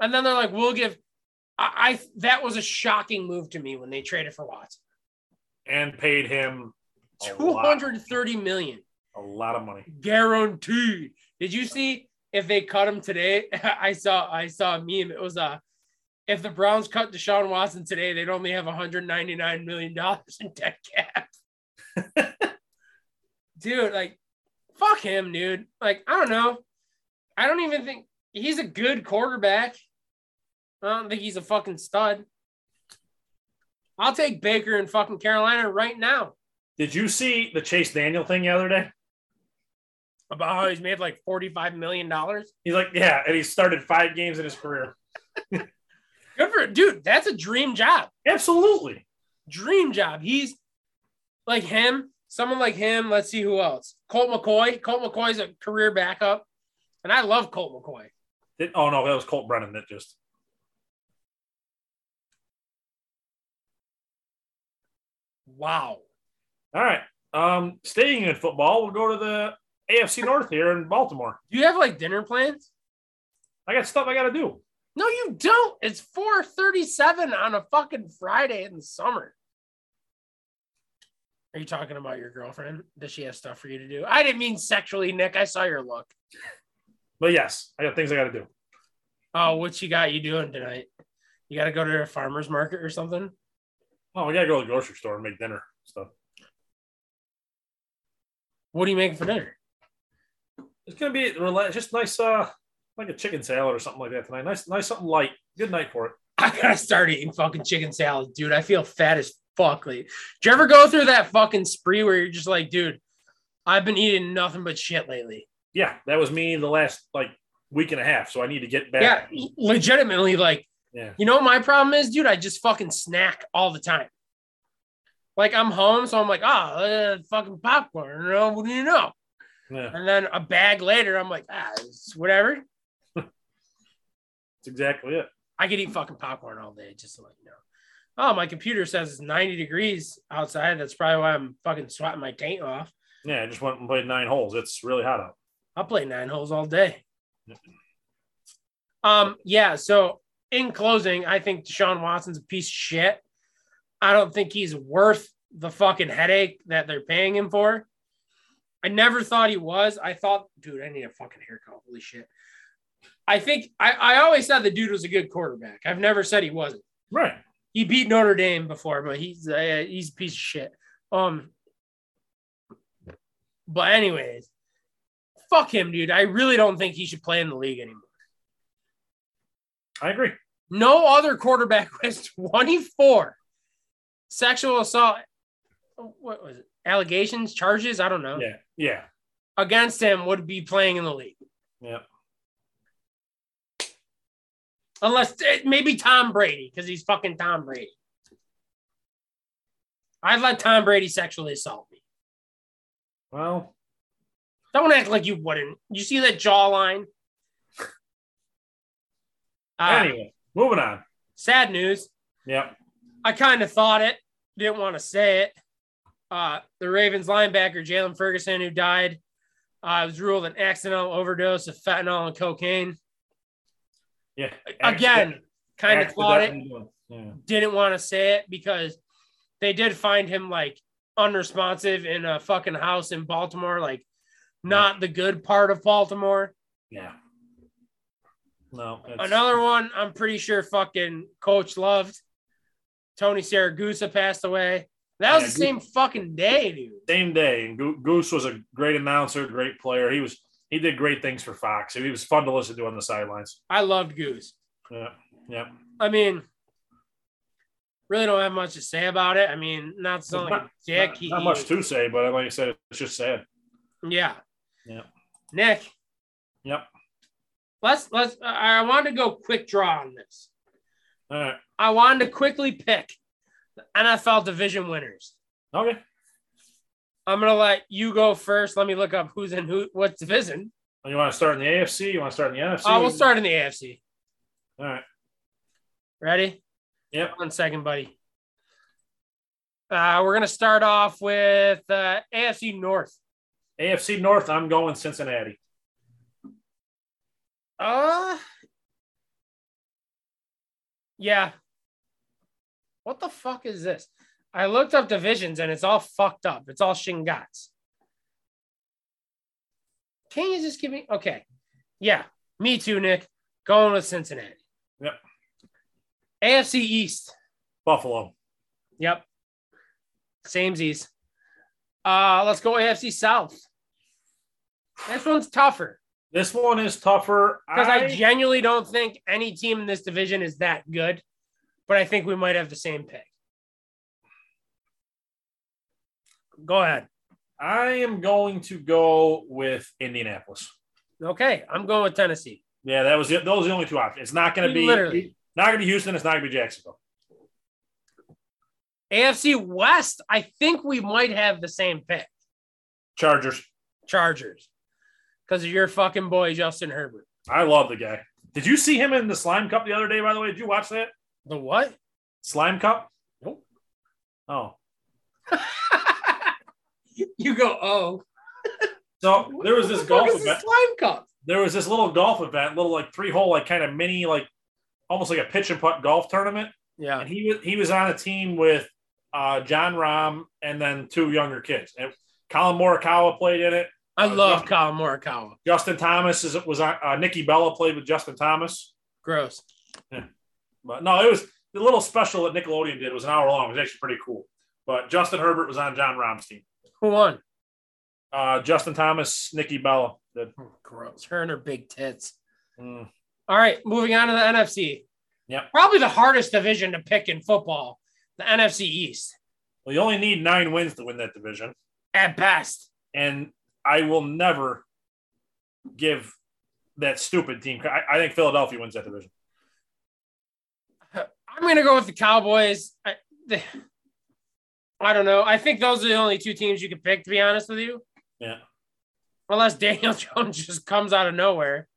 Speaker 1: And then they're like, "We'll give." I, I that was a shocking move to me when they traded for Watson.
Speaker 2: and paid him a
Speaker 1: Two
Speaker 2: lot,
Speaker 1: hundred thirty million
Speaker 2: a lot of money.
Speaker 1: guaranteed. Did you see if they cut him today? [LAUGHS] I saw I saw a meme. It was uh, if the Browns cut Deshaun Watson today, they'd only have 199 million dollars [LAUGHS] in dead cap.
Speaker 2: [LAUGHS]
Speaker 1: dude, like fuck him, dude. Like I don't know. I don't even think he's a good quarterback. I don't think he's a fucking stud. I'll take Baker in fucking Carolina right now.
Speaker 2: Did you see the Chase Daniel thing the other day?
Speaker 1: About how he's made like forty-five million dollars.
Speaker 2: He's like, yeah, and he started five games in his career.
Speaker 1: Good for dude. That's a dream job.
Speaker 2: Absolutely.
Speaker 1: Dream job. He's like him, someone like him. Let's see who else. Colt McCoy. Colt McCoy's a career backup. And I love Colt McCoy.
Speaker 2: Did- oh no, that was Colt Brennan that just
Speaker 1: Wow.
Speaker 2: All right. Um, staying in football, we'll go to the AFC North here in Baltimore.
Speaker 1: Do you have like dinner plans?
Speaker 2: I got stuff I got to do.
Speaker 1: No, you don't. It's 437 on a fucking Friday in the summer. Are you talking about your girlfriend? Does she have stuff for you to do? I didn't mean sexually, Nick. I saw your look.
Speaker 2: But yes, I got things I got to do.
Speaker 1: Oh, what you got you doing tonight? You got to go to a farmer's market or something?
Speaker 2: Oh, we gotta go to the grocery store and make dinner and stuff.
Speaker 1: What are you making for dinner? [LAUGHS]
Speaker 2: It's gonna be rela- just nice, uh, like a chicken salad or something like that tonight. Nice, nice something light. Good night for it.
Speaker 1: I gotta start eating fucking chicken salad, dude. I feel fat as fuck. Like, do you ever go through that fucking spree where you're just like, dude, I've been eating nothing but shit lately?
Speaker 2: Yeah, that was me the last like week and a half. So I need to get
Speaker 1: Yeah,
Speaker 2: back.
Speaker 1: legitimately, like,
Speaker 2: Yeah.
Speaker 1: you know what my problem is, dude? I just fucking snack all the time. Like I'm home, so I'm like, oh, uh, fucking popcorn. You know, what do you know?
Speaker 2: yeah.
Speaker 1: And then a bag later, I'm like, ah, it's whatever.
Speaker 2: That's exactly it.
Speaker 1: I could eat fucking popcorn all day, just to let you know. Oh, my computer says it's 90 degrees outside. That's probably why I'm fucking swatting my taint off.
Speaker 2: Yeah, I just went and played nine holes. It's really hot out.
Speaker 1: I'll play nine holes all day. Um, yeah, so in closing, I think Deshaun Watson's a piece of shit. I don't think he's worth the fucking headache that they're paying him for. I never thought he was. I thought, dude, I need a fucking haircut. Holy shit. I think I, I always thought the dude was a good quarterback. I've never said he wasn't.
Speaker 2: Right.
Speaker 1: he beat Notre Dame before, but he's uh, he's a piece of shit. Um, but anyways, fuck him, dude. I really don't think he should play in the league anymore.
Speaker 2: I agree.
Speaker 1: No other quarterback [LAUGHS] was 24 sexual assault. What was it? Allegations, charges? I don't know.
Speaker 2: Yeah. Yeah.
Speaker 1: Against him would be playing in the league.
Speaker 2: Yeah.
Speaker 1: Unless eh, maybe Tom Brady, because he's fucking Tom Brady. I'd let Tom Brady sexually assault me.
Speaker 2: Well,
Speaker 1: Don't act like you wouldn't. You see that jawline? Uh,
Speaker 2: [LAUGHS] anyway, moving on.
Speaker 1: Sad news.
Speaker 2: Yeah.
Speaker 1: I kind of thought it, didn't want to say it. Uh, the Ravens linebacker, Jalen Ferguson, who died, uh, was ruled an accidental overdose of fentanyl and cocaine.
Speaker 2: Yeah.
Speaker 1: Again, kind of thought it,
Speaker 2: Accidentally. Yeah.
Speaker 1: didn't want to say it because they did find him like unresponsive in a fucking house in Baltimore, like not the good part of Baltimore.
Speaker 2: Yeah. No. it's-
Speaker 1: Another one I'm pretty sure fucking coach loved. Tony Saragusa passed away. That was
Speaker 2: Yeah,
Speaker 1: the same fucking day, dude.
Speaker 2: same day. And Goo- Goose was a great announcer, great player. He was he did great things for Fox. He was fun to listen to on the sidelines.
Speaker 1: I loved Goose.
Speaker 2: Yeah, yeah.
Speaker 1: I mean, really don't have much to say about it. I mean, not so like
Speaker 2: Not-
Speaker 1: dick.
Speaker 2: not,
Speaker 1: he-
Speaker 2: not much to say, but like I said, it's just sad.
Speaker 1: Yeah.
Speaker 2: Yeah.
Speaker 1: Nick.
Speaker 2: Yep.
Speaker 1: Let's let's. I I wanted to go quick draw on this.
Speaker 2: All right.
Speaker 1: I wanted to quickly pick the NFL division winners.
Speaker 2: Okay.
Speaker 1: I'm gonna let you go first. Let me look up who's in who, what division.
Speaker 2: Oh, You want to start in the AFC? You want to start in the NFC?
Speaker 1: Uh, we'll start in the AFC.
Speaker 2: All right.
Speaker 1: Ready?
Speaker 2: Yep.
Speaker 1: One second, buddy. Uh, we're gonna start off with uh, AFC North.
Speaker 2: AFC North. I'm going Cincinnati.
Speaker 1: Uh, yeah. What the fuck is this? I looked up divisions and it's all fucked up. It's all Shingats. Can you just give me? Okay. Yeah. Me too, Nick. Going with Cincinnati.
Speaker 2: Yep.
Speaker 1: AFC East.
Speaker 2: Buffalo.
Speaker 1: Yep. Samesies. Uh, let's go AFC South. This one's tougher
Speaker 2: This one is tougher.
Speaker 1: because I, genuinely don't think any team in this division is that good, but I think we might have the same pick. Go ahead.
Speaker 2: I am going to go with Indianapolis.
Speaker 1: Okay, I'm going with Tennessee.
Speaker 2: Yeah, that was the, those are the only two options. It's not going to be
Speaker 1: Literally.
Speaker 2: not going to be Houston. It's not going to be Jacksonville.
Speaker 1: AFC West, I think we might have the same pick.
Speaker 2: Chargers.
Speaker 1: Chargers. Because of your fucking boy Justin Herbert.
Speaker 2: I love the guy. Did you see him in the Slime Cup the other day? By the way, did you watch that
Speaker 1: The what?
Speaker 2: Slime Cup?
Speaker 1: Nope.
Speaker 2: Oh,
Speaker 1: [LAUGHS] you go, oh.
Speaker 2: so there was
Speaker 1: What the
Speaker 2: this
Speaker 1: fuck
Speaker 2: golf
Speaker 1: is this
Speaker 2: event.
Speaker 1: slime cup.
Speaker 2: There was this little golf event, little like three hole, like kind of mini, like almost like a pitch and putt golf tournament.
Speaker 1: Yeah.
Speaker 2: And Uh, he was he was on a team with uh, John Rahm and then two younger kids. And Colin Morikawa played in it.
Speaker 1: I
Speaker 2: Uh,
Speaker 1: love
Speaker 2: yeah.
Speaker 1: Colin Morikawa.
Speaker 2: Justin Thomas is, was on. Uh, Nikki Bella played with Justin Thomas.
Speaker 1: Gross.
Speaker 2: But no, it was the little special that Nickelodeon did was an hour long. It was actually pretty cool. But Justin Herbert was on John Rahm's team.
Speaker 1: Who won?
Speaker 2: Uh, Justin Thomas, Nikki Bella. did.
Speaker 1: Oh, gross. Her and her big tits.
Speaker 2: Mm.
Speaker 1: All right, moving on to the NFC.
Speaker 2: Yep.
Speaker 1: Probably the hardest division to pick in football, the NFC East
Speaker 2: Well, you only need nine wins to win that division.
Speaker 1: at best.
Speaker 2: And I will never give that stupid team. I, I think Philadelphia wins that division.
Speaker 1: I'm going to go with the Cowboys. I, the, I don't know. I think those are the only two teams you could pick, to be honest with you.
Speaker 2: Yeah.
Speaker 1: Unless Daniel [LAUGHS] Jones just comes out of nowhere.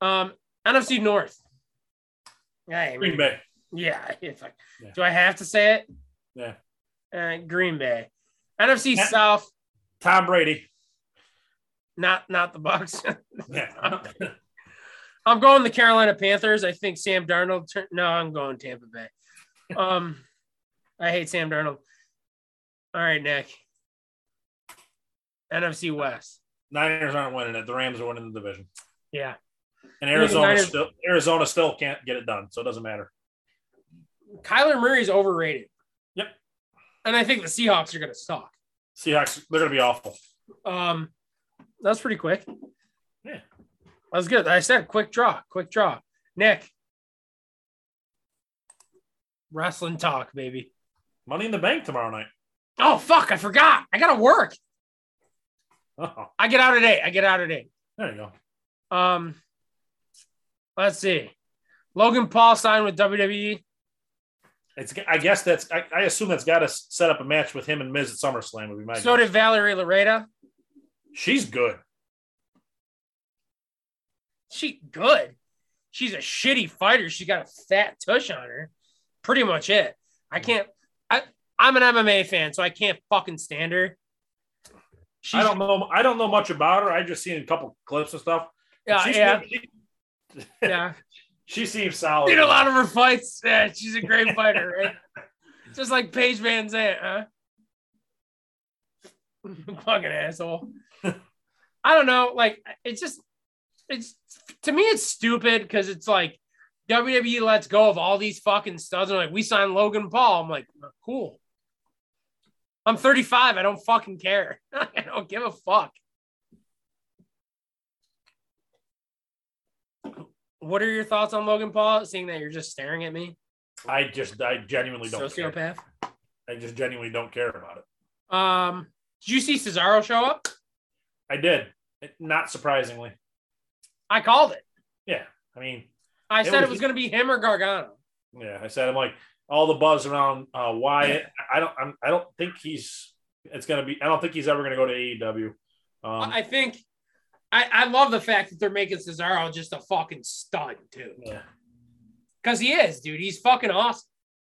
Speaker 1: Um, NFC North. Yeah, I
Speaker 2: Green
Speaker 1: mean,
Speaker 2: Bay.
Speaker 1: yeah, [LAUGHS] if I-
Speaker 2: Yeah.
Speaker 1: Do I have to say it?
Speaker 2: Yeah.
Speaker 1: Uh, Green Bay. NFC
Speaker 2: Yeah.
Speaker 1: South, [LAUGHS]
Speaker 2: Tom Brady. [LAUGHS]
Speaker 1: not not the Bucks.
Speaker 2: Yeah.
Speaker 1: I'm going the Carolina Panthers. I think Sam Darnold. tur- no, I'm going Tampa
Speaker 2: [LAUGHS]
Speaker 1: Bay. Um, I hate Sam Darnold. All right, Nick. NFC West.
Speaker 2: Niners aren't winning it. The Rams are winning the division.
Speaker 1: Yeah,
Speaker 2: And
Speaker 1: think the
Speaker 2: Arizona
Speaker 1: Niners-
Speaker 2: still Arizona still can't get it done. So it doesn't matter.
Speaker 1: Kyler Murray's overrated.
Speaker 2: Yep.
Speaker 1: And I think the Seahawks are going to suck.
Speaker 2: Seahawks, they're gonna be awful.
Speaker 1: Um, that's pretty quick.
Speaker 2: Yeah.
Speaker 1: that was good. I said quick draw, quick draw. Nick, wrestling talk, baby.
Speaker 2: Money in the bank tomorrow night.
Speaker 1: Oh fuck, I forgot. I gotta work.
Speaker 2: Oh,
Speaker 1: I get out at eight. I get out at eight.
Speaker 2: there you go.
Speaker 1: Um, let's see. Logan Paul signed with E. WWE.
Speaker 2: It's I guess that's I, I assume that's got to set up a match with him and Miz at SummerSlam would be my
Speaker 1: So
Speaker 2: guess.
Speaker 1: did Valerie Lareda.
Speaker 2: she's good.
Speaker 1: She good. She's a shitty fighter. She got a fat tush on her. Pretty much it.
Speaker 2: Mm.
Speaker 1: I can't. I I'm an MMA fan, so I can't fucking stand her. She's,
Speaker 2: I don't know I don't know much about her. I just seen a couple clips and stuff.
Speaker 1: Yeah,
Speaker 2: She [LAUGHS]
Speaker 1: yeah,
Speaker 2: seems- she,
Speaker 1: yeah.
Speaker 2: she seems solid.
Speaker 1: Seen a lot of her fights. Yeah, she's a great fighter, right? [LAUGHS] Just like Paige Van Zant, huh? [LAUGHS] Fucking [LAUGHS] asshole. I don't know. Like, it's just, it's to me, it's stupid because it's like WWE lets go of all these fucking studs. And like, we signed Logan Paul. I'm like, cool. I'm 35. I don't fucking care. [LAUGHS] I don't give a fuck. What are your thoughts on Logan Paul? Seeing that you're just staring at me,
Speaker 2: I just I genuinely don't care.
Speaker 1: sociopath.
Speaker 2: I just genuinely don't care about it.
Speaker 1: Um, did you see Cesaro show up?
Speaker 2: I did. Not surprisingly.
Speaker 1: I called it.
Speaker 2: Yeah. I mean,
Speaker 1: I
Speaker 2: It
Speaker 1: said it
Speaker 2: was-
Speaker 1: was going to be him or Gargano.
Speaker 2: Yeah, I said I'm like all the buzz around uh, Wyatt. I don't. I'm, I don't think he's. It's gonna be. I don't think he's ever gonna go to AEW. Um,
Speaker 1: I I think I, I love the fact that they're making Cesaro just a fucking stud too,
Speaker 2: yeah.
Speaker 1: because he is, dude. He's fucking awesome.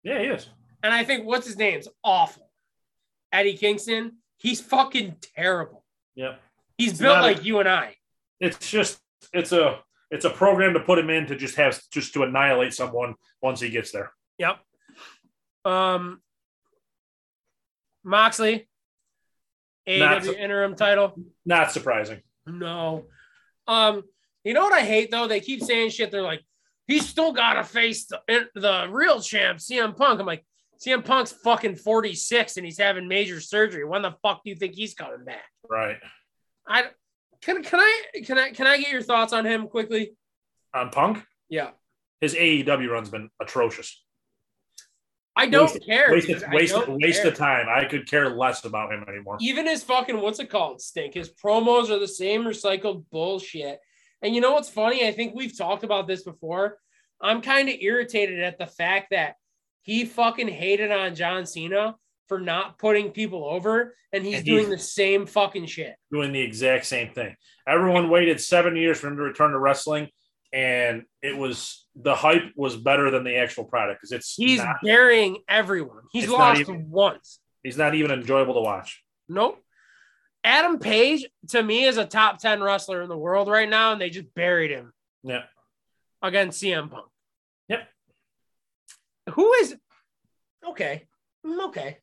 Speaker 2: yeah, he is.
Speaker 1: And I think what's his name's awful. Eddie Kingston, he's fucking terrible.
Speaker 2: Yeah,
Speaker 1: He's built
Speaker 2: not a-
Speaker 1: like you and I.
Speaker 2: it's just it's a it's a program to put him in to just have just to annihilate someone once he gets there.
Speaker 1: Yep. Um, Moxley,
Speaker 2: Not
Speaker 1: AEW
Speaker 2: so-
Speaker 1: interim title.
Speaker 2: Not surprising.
Speaker 1: No. Um, you know what I hate though? They keep saying shit. They're like, he's still gotta face the, the real champ, CM Punk. I'm like, CM Punk's fucking 46 and he's having major surgery. When the fuck do you think he's coming back?
Speaker 2: Right
Speaker 1: I can can I can I can I get your thoughts on him quickly?
Speaker 2: on Um, Punk,
Speaker 1: Yeah.
Speaker 2: his AEW run's been atrocious.
Speaker 1: I don't
Speaker 2: Wasted-
Speaker 1: care.
Speaker 2: Wasted
Speaker 1: dude. I
Speaker 2: waste
Speaker 1: don't
Speaker 2: waste
Speaker 1: care.
Speaker 2: of time. I could care less about him anymore.
Speaker 1: even his fucking what's it called stink his promos are the same recycled bullshit and you know what's funny i think we've talked about this before i'm kind of irritated at the fact that he fucking hated on john cena for not putting people over and he's
Speaker 2: And he's-
Speaker 1: doing the same fucking shit
Speaker 2: doing the exact same thing. Everyone waited seven years for him to return to wrestling, and it was the hype was better than the actual product because it's
Speaker 1: he's
Speaker 2: not,
Speaker 1: burying everyone he's
Speaker 2: It's not
Speaker 1: lost
Speaker 2: even-
Speaker 1: once
Speaker 2: he's not even enjoyable to watch.
Speaker 1: nope adam page to me is a top 10 wrestler in the world right now and they just buried him
Speaker 2: Yeah,
Speaker 1: against CM Punk.
Speaker 2: Yep.
Speaker 1: Who is okay? mm, Okay.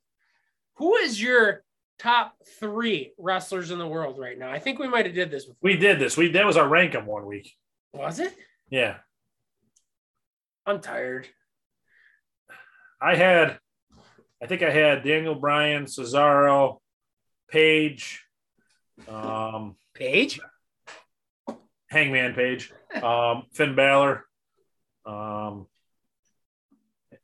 Speaker 1: Who is your top three wrestlers in the world right now? I think we might have did this before.
Speaker 2: we did this. We that was our rank 'em one week.
Speaker 1: Was it?
Speaker 2: Yeah,
Speaker 1: I'm tired.
Speaker 2: I had, I think I had Daniel Bryan, Cesaro, Page, um,
Speaker 1: Page.
Speaker 2: Hangman Page, um, Finn Balor, um,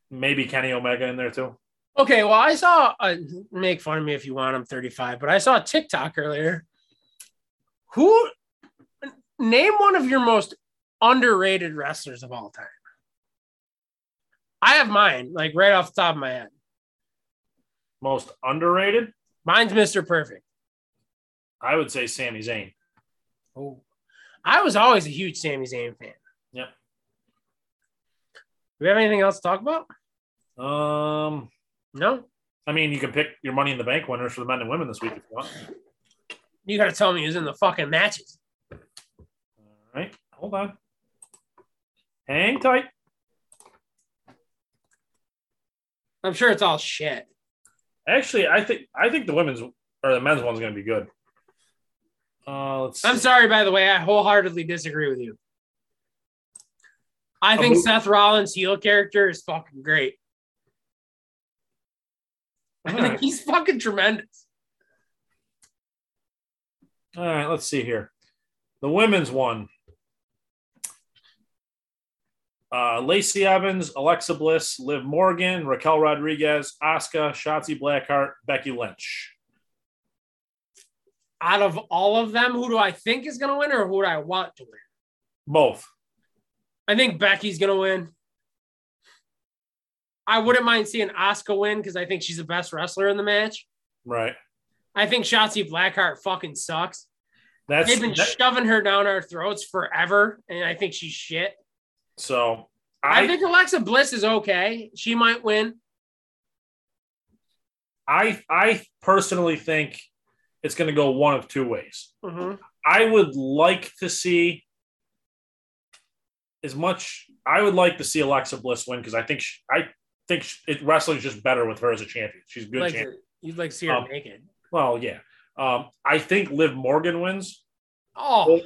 Speaker 2: maybe Kenny Omega in there too.
Speaker 1: Okay, well, I saw. Uh, make fun of me if you want. I'm 35, but I saw a TikTok earlier. Who name one of your most underrated wrestlers of all time? I have mine, like right off the top of my head.
Speaker 2: Most underrated,
Speaker 1: Mine's Mr. Perfect.
Speaker 2: I would say Sami Zayn.
Speaker 1: Oh, I was always a huge Sami Zayn fan.
Speaker 2: Yep.
Speaker 1: Do we have anything else to talk about?
Speaker 2: Um,
Speaker 1: No.
Speaker 2: I mean, you can pick your Money in the Bank winners for the men and women this week if you want.
Speaker 1: You got to tell me who's in the fucking matches.
Speaker 2: All right, hold on. Hang tight.
Speaker 1: I'm sure it's all shit.
Speaker 2: Actually, I think I think the women's or the men's one's going to be good. Uh, let's.
Speaker 1: I'm
Speaker 2: see.
Speaker 1: sorry, by the way. I wholeheartedly disagree with you. I think
Speaker 2: Um,
Speaker 1: Seth Rollins' heel character is fucking great. I
Speaker 2: All [LAUGHS]
Speaker 1: think
Speaker 2: right.
Speaker 1: he's fucking tremendous.
Speaker 2: All right, let's see here. The women's one. Uh, Lacey Evans, Alexa Bliss, Liv Morgan, Raquel Rodriguez, Asuka, Shotzi Blackheart, Becky Lynch.
Speaker 1: Out of all of them, who do I think is going to win or who do I want to win?
Speaker 2: Both.
Speaker 1: I think Becky's gonna win. I wouldn't mind seeing Asuka win because I think she's the best wrestler in the match.
Speaker 2: Right.
Speaker 1: I think Shotzi Blackheart fucking sucks.
Speaker 2: That's
Speaker 1: They've been
Speaker 2: that-
Speaker 1: shoving her down our throats forever, and I think she's shit.
Speaker 2: so.
Speaker 1: I,
Speaker 2: I
Speaker 1: think Alexa Bliss is okay. She might win.
Speaker 2: I I personally think it's going to go one of two ways.
Speaker 1: Mhm.
Speaker 2: I would like to see as much. I would like to see Alexa Bliss win because I think she, I think she, it, wrestling's just better with her as a champion. She's a good
Speaker 1: Like
Speaker 2: champion.
Speaker 1: to- you'd like to see her
Speaker 2: Um,
Speaker 1: naked.
Speaker 2: Well, yeah. Um, I think Liv Morgan wins,
Speaker 1: Oh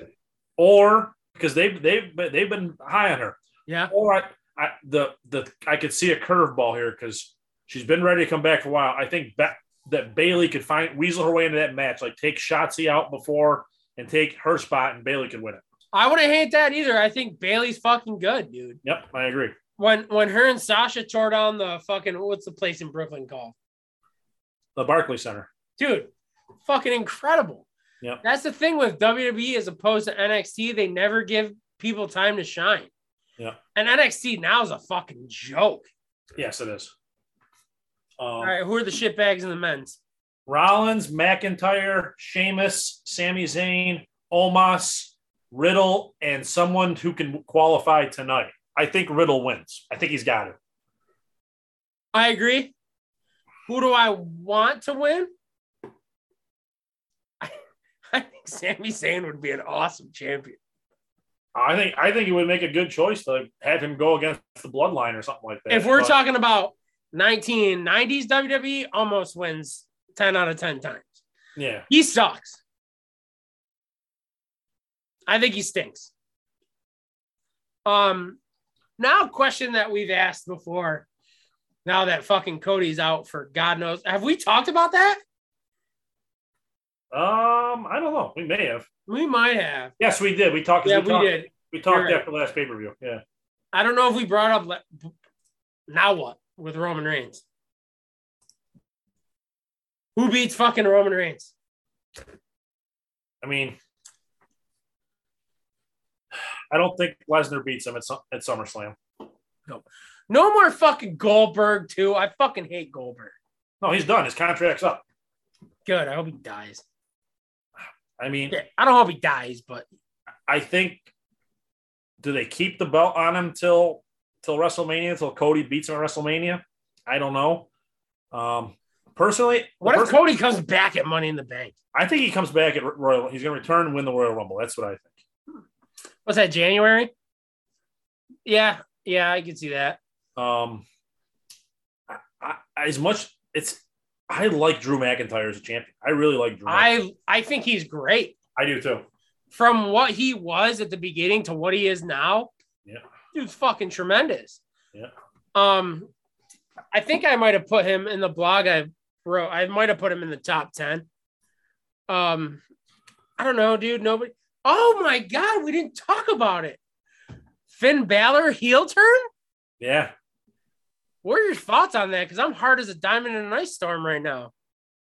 Speaker 2: or because they've they've been- they've been high on her.
Speaker 1: yeah,
Speaker 2: Or I, I the the I could see a curveball here because she's been ready to come back for a while. I think that that Bailey could find weasel her way into that match, like take Shotzi out before and take her spot, and Bailey could win it.
Speaker 1: I wouldn't hate that either. I think Bailey's fucking good, dude.
Speaker 2: Yep, I agree.
Speaker 1: When when her and Sasha tore down the fucking what's the place in Brooklyn called?
Speaker 2: The Barclay Center.
Speaker 1: dude, fucking incredible.
Speaker 2: Yep.
Speaker 1: That's the thing with WWE as opposed to NXT, they never give people time to shine.
Speaker 2: Yep.
Speaker 1: And NXT now is a fucking joke.
Speaker 2: Yes, it is. Um,
Speaker 1: All right, who are the shitbags in the men's?
Speaker 2: Rollins, McIntyre, Sheamus, Sami Zayn, Omos, Riddle, and someone who can qualify tonight. I think Riddle wins. I think he's got it.
Speaker 1: I agree. Who do I want to win? [LAUGHS] I, I think Sami Zayn would be an awesome champion.
Speaker 2: I think I think it would make a good choice to have him go against the bloodline or something like that.
Speaker 1: If we're
Speaker 2: But
Speaker 1: talking about 1990s WWE, E, almost wins 10 out of 10 times.
Speaker 2: yeah,
Speaker 1: He sucks. I think he stinks. Um, now a question that we've asked before. Now that fucking Cody's out for God knows, have we talked about that?
Speaker 2: um, I don't know. We may have.
Speaker 1: We might have.
Speaker 2: Yes, we did. We talked.
Speaker 1: Yeah,
Speaker 2: we,
Speaker 1: we
Speaker 2: talked
Speaker 1: did.
Speaker 2: We talked
Speaker 1: You're right.
Speaker 2: after last pay per view. Yeah,
Speaker 1: I don't know if we brought up. le- Now what with Roman Reigns? Who beats fucking Roman Reigns?
Speaker 2: I mean, I don't think Lesnar beats him at Su- at SummerSlam.
Speaker 1: No more fucking Goldberg too. I fucking hate Goldberg.
Speaker 2: No, he's done. His contract's up.
Speaker 1: Good. I hope he dies.
Speaker 2: I mean,
Speaker 1: Yeah, I don't hope he dies, but
Speaker 2: I think do they keep the belt on him till till WrestleMania till Cody beats him at WrestleMania? I don't know. Um, personally,
Speaker 1: What if
Speaker 2: pers-
Speaker 1: Cody comes back at Money in the Bank?
Speaker 2: I think he comes back at Royal. He's going to return and win the Royal Rumble. That's what I think.
Speaker 1: What's that, January? Yeah, yeah, I can see that.
Speaker 2: Um, I, I, as much it's, I like Drew McIntyre as a champion. I really like Drew. McIntyre.
Speaker 1: I I think he's great.
Speaker 2: I do too.
Speaker 1: From what he was at the beginning to what he is now,
Speaker 2: Yeah.
Speaker 1: dude's fucking tremendous.
Speaker 2: Yeah.
Speaker 1: Um, I think I might have put him in the blog I wrote. I might have put him in the top ten. Um, I don't know, dude. Nobody. Oh my god, we didn't talk about it. Finn Balor heel turn.
Speaker 2: Yeah,
Speaker 1: What are your thoughts on that? Because I'm hard as a diamond in an ice storm right now.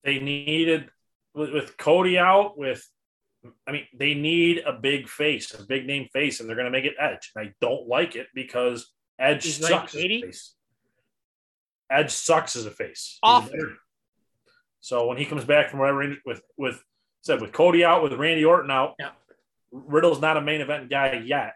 Speaker 2: they needed with, with Cody out. With I mean, they need a big face, a big name face, and they're going to make it Edge. And I don't like it because Edge
Speaker 1: He's like
Speaker 2: sucks as
Speaker 1: 80?
Speaker 2: a face. Edge sucks as a face. He's
Speaker 1: Awful.
Speaker 2: dirty. So when he comes back from whatever with with said with Cody out, with Randy Orton out,
Speaker 1: Yeah.
Speaker 2: Riddle's not a main event guy yet.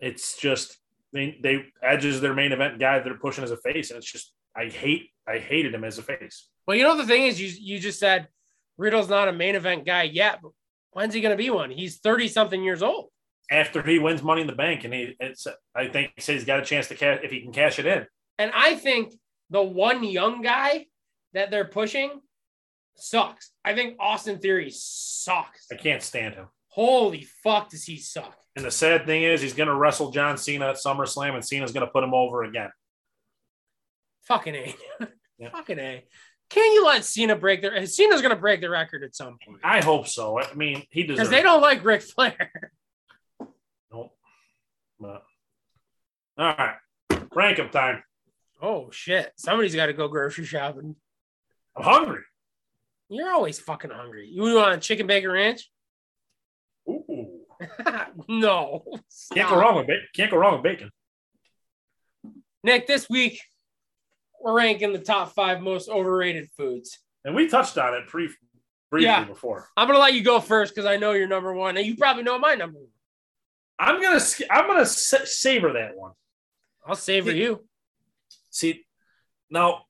Speaker 2: It's just they they Edge is their main event guy. They're pushing as a face, and it's just I hate I hated him as a face.
Speaker 1: Well, you know the thing is, you you just said Riddle's not a main event guy yet. But when's he going to be one? He's thirty something years old.
Speaker 2: after he wins Money in the Bank, and he it's I think he says he's got a chance to cash if he can cash it in.
Speaker 1: And I think the one young guy that they're pushing sucks. I think Austin Theory sucks.
Speaker 2: I can't stand him.
Speaker 1: Holy fuck, does he suck?
Speaker 2: And the sad thing is, he's going to wrestle John Cena at SummerSlam, and Cena's going to put him over again.
Speaker 1: Fucking A. [LAUGHS]
Speaker 2: Yeah.
Speaker 1: Fucking A. Can you let Cena break their Cena's gonna break the record at some point?
Speaker 2: I hope so. I mean, he
Speaker 1: Because
Speaker 2: deserves.
Speaker 1: they don't like Ric Flair. [LAUGHS]
Speaker 2: Nope. But- all right, rank up time.
Speaker 1: Oh shit. Somebody's gotta go grocery shopping.
Speaker 2: I'm hungry.
Speaker 1: You're always fucking hungry. You want a chicken bacon ranch?
Speaker 2: Ooh,
Speaker 1: [LAUGHS] no.
Speaker 2: can't
Speaker 1: Stop.
Speaker 2: go wrong with bacon. Can't go wrong with bacon.
Speaker 1: Nick, this week we're ranking the top five most overrated foods.
Speaker 2: And we touched on it pre briefly
Speaker 1: Yeah.
Speaker 2: before.
Speaker 1: I'm gonna let you go first because I know you're number one, and you probably know my number one.
Speaker 2: I'm gonna sk- I'm gonna sa- savor that one.
Speaker 1: I'll savor
Speaker 2: Yeah.
Speaker 1: you.
Speaker 2: See, now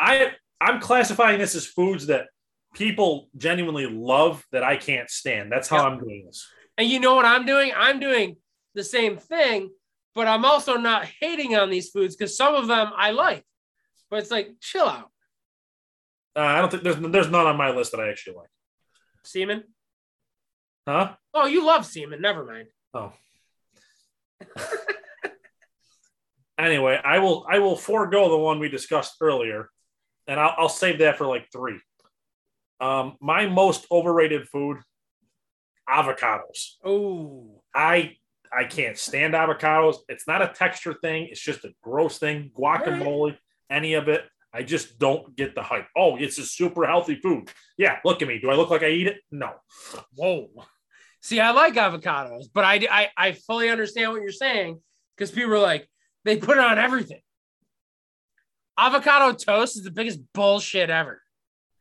Speaker 2: I I'm classifying this as foods that people genuinely love that I can't stand. That's how
Speaker 1: Yep.
Speaker 2: I'm doing this.
Speaker 1: And you know what I'm doing? I'm doing the same thing, but I'm also not hating on these foods because some of them I like. But it's like, chill out,
Speaker 2: Uh, I don't think there's there's none on my list that I actually like.
Speaker 1: semen.
Speaker 2: Huh?
Speaker 1: Oh, you love semen. Never mind.
Speaker 2: Anyway, I will I will forego the one we discussed earlier, and I'll, I'll save that for like three. Um, my most overrated food, avocados.
Speaker 1: Oh,
Speaker 2: I I can't stand avocados. It's not a texture thing. It's just a gross thing. Guacamole, any of it. I just don't get the hype. Oh, it's a super healthy food. Yeah, look at me. Do I look like I eat it? No.
Speaker 1: whoa. See, I like avocados, but I I, I fully understand what you're saying because people are like, they put it on everything. Avocado toast is the biggest bullshit ever.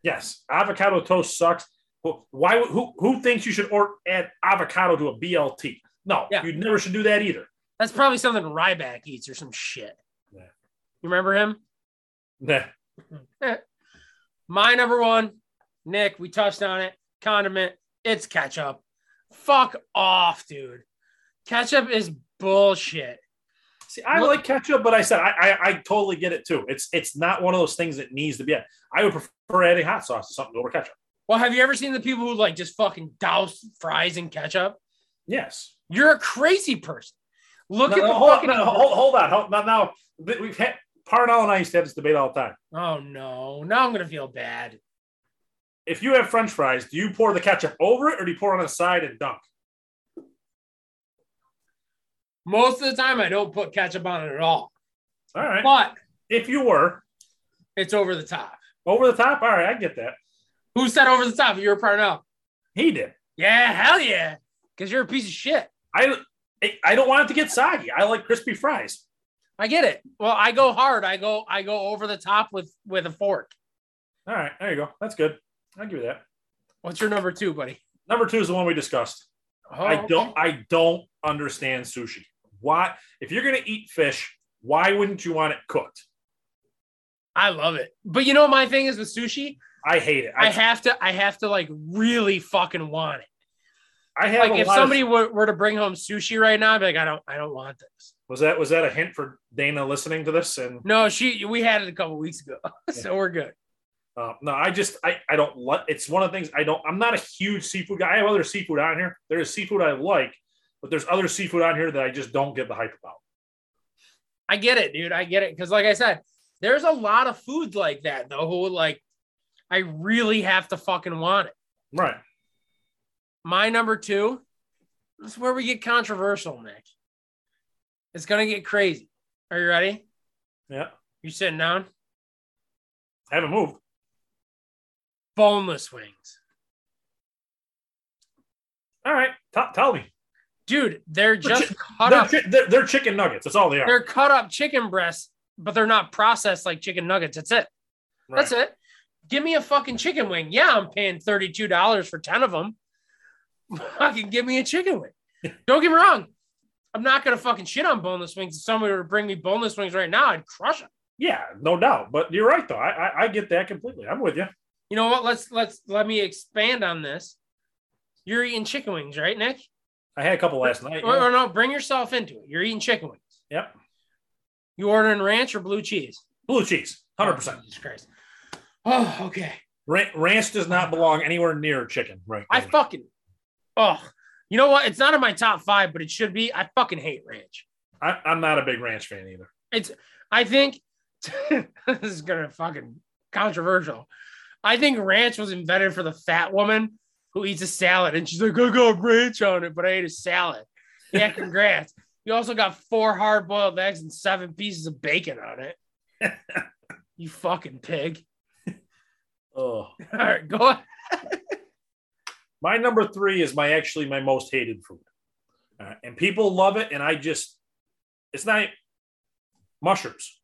Speaker 2: Yes, avocado toast sucks. Wh- Why? would- Who who thinks you should or add avocado to a BLT? No,
Speaker 1: Yeah.
Speaker 2: you never should do that either.
Speaker 1: That's probably something Ryback eats or some shit.
Speaker 2: Yeah.
Speaker 1: You remember him?
Speaker 2: Nah.
Speaker 1: My number one, Nick, we touched on it. Condiment, it's ketchup. Fuck off, dude. Ketchup is bullshit.
Speaker 2: See, I
Speaker 1: Look-
Speaker 2: like ketchup, but I said I, I I totally get it too. It's it's not one of those things that needs to be. added. I would prefer adding hot sauce to something over ketchup.
Speaker 1: Well, have you ever seen the people who like just fucking douse fries in ketchup?
Speaker 2: Yes.
Speaker 1: You're a crazy person. Look
Speaker 2: No,
Speaker 1: at
Speaker 2: no,
Speaker 1: the
Speaker 2: hold,
Speaker 1: fucking.
Speaker 2: no, hold, hold on. Hold, now, now th- we've had Parnell and I used to have this debate all the time.
Speaker 1: Oh no! Now I'm gonna feel bad.
Speaker 2: If you have French fries, do you pour the ketchup over it or do you pour it on the side and dunk?
Speaker 1: Most of the time, I don't put ketchup on it at all,
Speaker 2: All right.
Speaker 1: but
Speaker 2: if you were
Speaker 1: it's over the top.
Speaker 2: over the top, all right, I get that.
Speaker 1: Who said over the top? You're a Parnell.
Speaker 2: He did.
Speaker 1: Yeah, hell yeah, because you're a piece of shit.
Speaker 2: I I- I don't want it to get soggy. I like crispy fries.
Speaker 1: I get it. Well, I go hard. I go I go over the top with with a fork.
Speaker 2: All right, there you go. That's good. I'll give you that.
Speaker 1: What's your number two, buddy?
Speaker 2: Number two is the one we discussed.
Speaker 1: Oh,
Speaker 2: I don't I don't understand sushi. Why if you're gonna eat fish, why wouldn't you want it cooked?
Speaker 1: I love it. But you know what my thing is with sushi.
Speaker 2: I hate it.
Speaker 1: I, have to I have to like really fucking want it.
Speaker 2: I have
Speaker 1: Like
Speaker 2: a
Speaker 1: if
Speaker 2: lot of-
Speaker 1: somebody were, were to bring home sushi right now, I'd be like, I don't I don't want this.
Speaker 2: Was that was that a hint for Dana listening to this? And
Speaker 1: No, she we had it a couple weeks ago, [LAUGHS] so we're good.
Speaker 2: uh, no, I just I I don't like. It's one of the things I don't. I'm not a huge seafood guy. I have other seafood on here. There is seafood I like, but there's other seafood on here that I just don't get the hype about.
Speaker 1: I get it, dude. I get it because like I said, There's a lot of foods like that though, who like I really have to fucking want it.
Speaker 2: Right.
Speaker 1: My number two, this is where we get controversial, Nick. It's gonna get crazy. Are you ready?
Speaker 2: Yeah.
Speaker 1: You sitting down?
Speaker 2: I haven't moved.
Speaker 1: Boneless wings.
Speaker 2: All right. T- tell me.
Speaker 1: Dude, they're just cut
Speaker 2: They're,
Speaker 1: up.
Speaker 2: chi- they're, they're chicken nuggets. That's all they are.
Speaker 1: They're cut up chicken breasts, but they're not processed like chicken nuggets. That's it.
Speaker 2: Right.
Speaker 1: That's it. Give me a fucking chicken wing. Yeah, I'm paying $32 for 10 of them. [LAUGHS] Fucking give me a chicken wing. Don't get me wrong. I'm not going to fucking shit on boneless wings. If somebody were to bring me boneless wings right now, I'd crush them.
Speaker 2: Yeah, no doubt. But you're right though. I, I I get that completely. I'm with you.
Speaker 1: You know what? Let's let's let me expand on this. You're eating chicken wings, right, Nick?
Speaker 2: I had a couple last night.
Speaker 1: Or, or no, bring yourself into it. You're eating chicken wings.
Speaker 2: Yep.
Speaker 1: You ordering ranch or blue cheese?
Speaker 2: Blue cheese, hundred percent.
Speaker 1: Jesus Christ. Oh, okay.
Speaker 2: Ra- Ranch does not belong anywhere near chicken. Right.
Speaker 1: I fucking oh, you know what? It's not in my top five, but it should be. I fucking hate ranch.
Speaker 2: I, I'm not a big ranch fan either.
Speaker 1: I think [LAUGHS] this is gonna fucking controversial. I think ranch was invented for the fat woman who eats a salad and she's like, I got ranch on it, but I ate a salad. Yeah, congrats. you also got four hard boiled eggs and seven pieces of bacon on it. you fucking pig.
Speaker 2: Oh,
Speaker 1: All right, go on.
Speaker 2: my number three is my actually my most hated food, Uh, and people love it, and I just it's not mushrooms.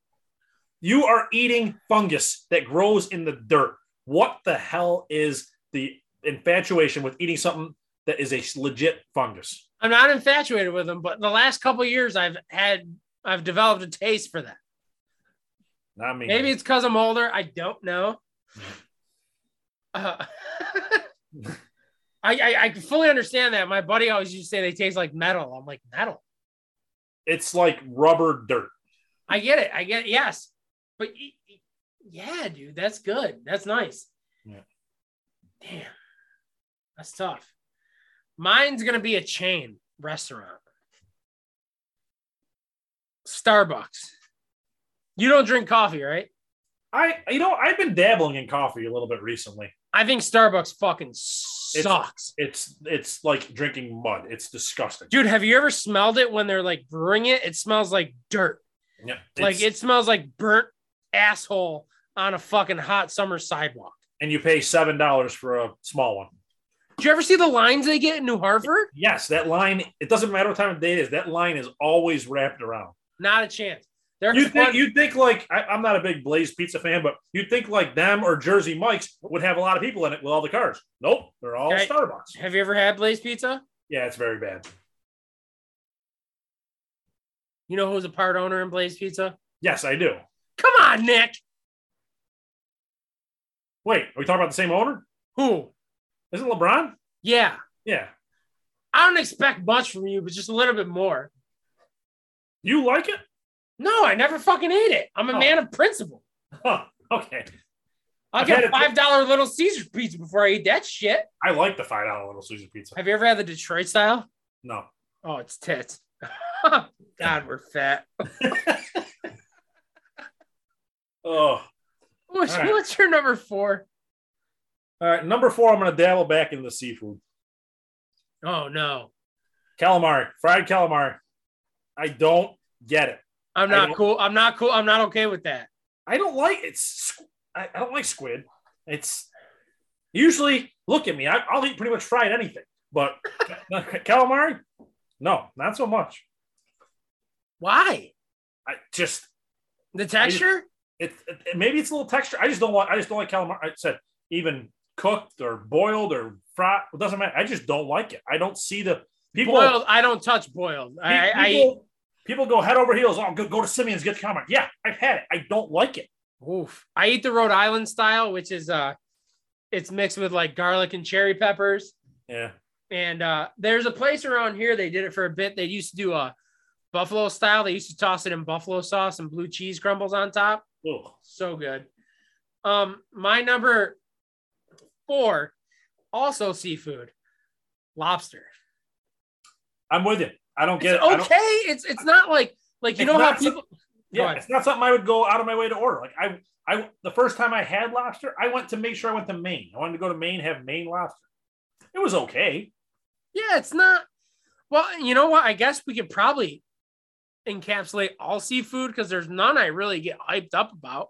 Speaker 2: You are eating fungus that grows in the dirt. What the hell is the infatuation with eating something that is a legit fungus?
Speaker 1: I'm not infatuated with them, but the last couple of years I've had I've developed a taste for that.
Speaker 2: Not me.
Speaker 1: Maybe it's because I'm older. I don't know. Uh, [LAUGHS] I, I I fully understand that. My buddy always used to say they taste like metal. I'm like metal.
Speaker 2: it's like rubber dirt.
Speaker 1: I get it. I get it. yes, but y- y- yeah, dude, that's good. That's nice.
Speaker 2: Yeah.
Speaker 1: Damn, that's tough. Mine's gonna be a chain restaurant. Starbucks. You don't drink coffee, right?
Speaker 2: I you know I've been dabbling in coffee a little bit recently.
Speaker 1: I think Starbucks fucking sucks.
Speaker 2: It's it's like drinking mud. It's disgusting.
Speaker 1: Dude, have you ever smelled it when they're like brewing it? It smells like dirt.
Speaker 2: Yeah,
Speaker 1: like it smells like burnt asshole on a fucking hot summer sidewalk.
Speaker 2: and you pay seven dollars for a small one.
Speaker 1: Did you ever see the lines they get in New Hartford?
Speaker 2: Yes, that line. It doesn't matter what time of day it is. That line is always wrapped around.
Speaker 1: Not a chance. They're
Speaker 2: You think
Speaker 1: fun-
Speaker 2: you think like I, I'm not a big Blaze Pizza fan, but you think like them or Jersey Mike's would have a lot of people in it with all the cars. Nope, they're all
Speaker 1: Okay.
Speaker 2: Starbucks.
Speaker 1: have you ever had Blaze Pizza?
Speaker 2: Yeah, it's very bad.
Speaker 1: You know who's a part owner in Blaze Pizza?
Speaker 2: Yes, I do.
Speaker 1: Come on, Nick.
Speaker 2: Wait, are we talking about the same owner?
Speaker 1: Who?
Speaker 2: Isn't LeBron?
Speaker 1: Yeah.
Speaker 2: Yeah.
Speaker 1: I don't expect much from you, but just a little bit more.
Speaker 2: You like it?
Speaker 1: No, I never fucking ate it. I'm a
Speaker 2: Oh.
Speaker 1: man of principle.
Speaker 2: Huh. Okay.
Speaker 1: I'll
Speaker 2: I've
Speaker 1: get
Speaker 2: had
Speaker 1: a
Speaker 2: it-
Speaker 1: five dollar Little Caesars pizza before I eat that shit.
Speaker 2: I like the five dollar Little Caesar pizza.
Speaker 1: Have you ever had the Detroit style?
Speaker 2: No,
Speaker 1: Oh, it's tits. [LAUGHS] God, we're fat.
Speaker 2: oh,
Speaker 1: What's,
Speaker 2: All right.
Speaker 1: what's your number four?
Speaker 2: all right. Number four, I'm gonna dabble back in the seafood.
Speaker 1: Oh no,
Speaker 2: Calamari, fried calamari. I don't get it.
Speaker 1: I'm
Speaker 2: I
Speaker 1: not
Speaker 2: don't-
Speaker 1: cool. I'm not cool. I'm not okay with that.
Speaker 2: I don't like it's. squ- I, I don't like squid. It's usually look at me. I, I'll eat pretty much fried anything, but calamari, no, not so much.
Speaker 1: Why?
Speaker 2: I just
Speaker 1: The texture?
Speaker 2: it, it maybe it's a little texture. I just don't want. I just don't like calamari. I said even cooked or boiled or fried. It doesn't matter. I just don't like it. I don't see the people.
Speaker 1: boiled. I don't touch boiled. I, I, I
Speaker 2: people, people go head over heels. Oh, go, go to Simeon's, get the calamari. Yeah, I've had it. I don't like it.
Speaker 1: oof. I eat the Rhode Island style, which is uh, it's mixed with like garlic and cherry peppers.
Speaker 2: Yeah.
Speaker 1: And uh, there's a place around here. They did it for a bit. They used to do a buffalo style. They used to toss it in buffalo sauce and blue cheese crumbles on top.
Speaker 2: Ugh.
Speaker 1: so good. Um, my number four, also seafood, lobster.
Speaker 2: I'm with you. I don't
Speaker 1: It's
Speaker 2: get it. I don't-
Speaker 1: okay, it's it's not like like you
Speaker 2: It's
Speaker 1: know how
Speaker 2: not so-
Speaker 1: people
Speaker 2: Yeah,
Speaker 1: ahead.
Speaker 2: it's not something I would go out of my way to order. Like I, I the first time I had lobster, I went to make sure I went to Maine. I wanted to go to Maine have Maine lobster. It was okay.
Speaker 1: Yeah, it's not. Well, you know what? I guess we could probably encapsulate all seafood because there's none I really get hyped up about.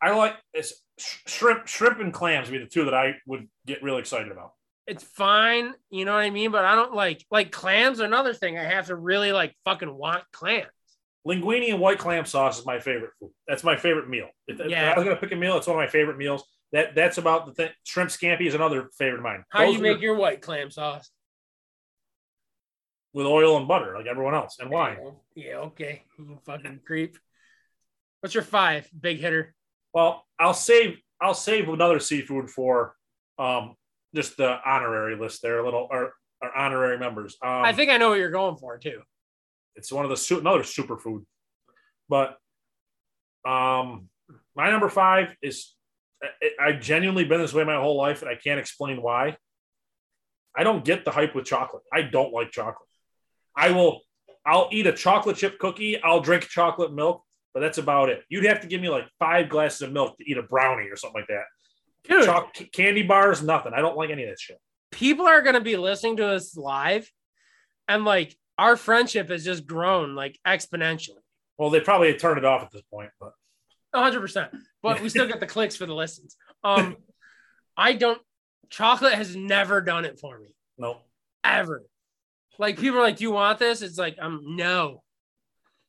Speaker 2: I like it's sh- shrimp, shrimp and clams would be the two that I would get really excited about.
Speaker 1: It's fine, you know what I mean? But I don't like like clams. Are another thing I have to really like fucking want clams.
Speaker 2: Linguine and white clam sauce is my favorite food. That's my favorite meal. If, if
Speaker 1: Yeah.
Speaker 2: I was gonna pick a meal, it's one of my favorite meals. That that's about the thing. Shrimp scampi is another favorite of mine.
Speaker 1: How
Speaker 2: Those
Speaker 1: you
Speaker 2: are
Speaker 1: make your white clam sauce?
Speaker 2: with oil and butter, like everyone else, and wine.
Speaker 1: Oh, Yeah, okay. You fucking creep. What's your five big hitter?
Speaker 2: Well, I'll save I'll save another seafood for um just the honorary list there, a little our, our honorary members. Um,
Speaker 1: I think I know what you're going for too.
Speaker 2: it's one of the su- another superfood. But um my number 5 is I- I've genuinely been this way my whole life and I can't explain why. I don't get the hype with chocolate. I don't like chocolate. I will I'll eat a chocolate chip cookie, I'll drink chocolate milk, but that's about it. You'd have to give me like 5 glasses of milk to eat a brownie or something like that.
Speaker 1: Dude,
Speaker 2: Choc- candy bars, nothing. I don't like any of that shit.
Speaker 1: people are going to be listening to us live and like our friendship has just grown like exponentially
Speaker 2: Well, they probably turned it off at this point, but
Speaker 1: 100% but we still get the clicks for the listens um i don't chocolate has never done it for me
Speaker 2: no.
Speaker 1: ever like people are like do you want this it's like um no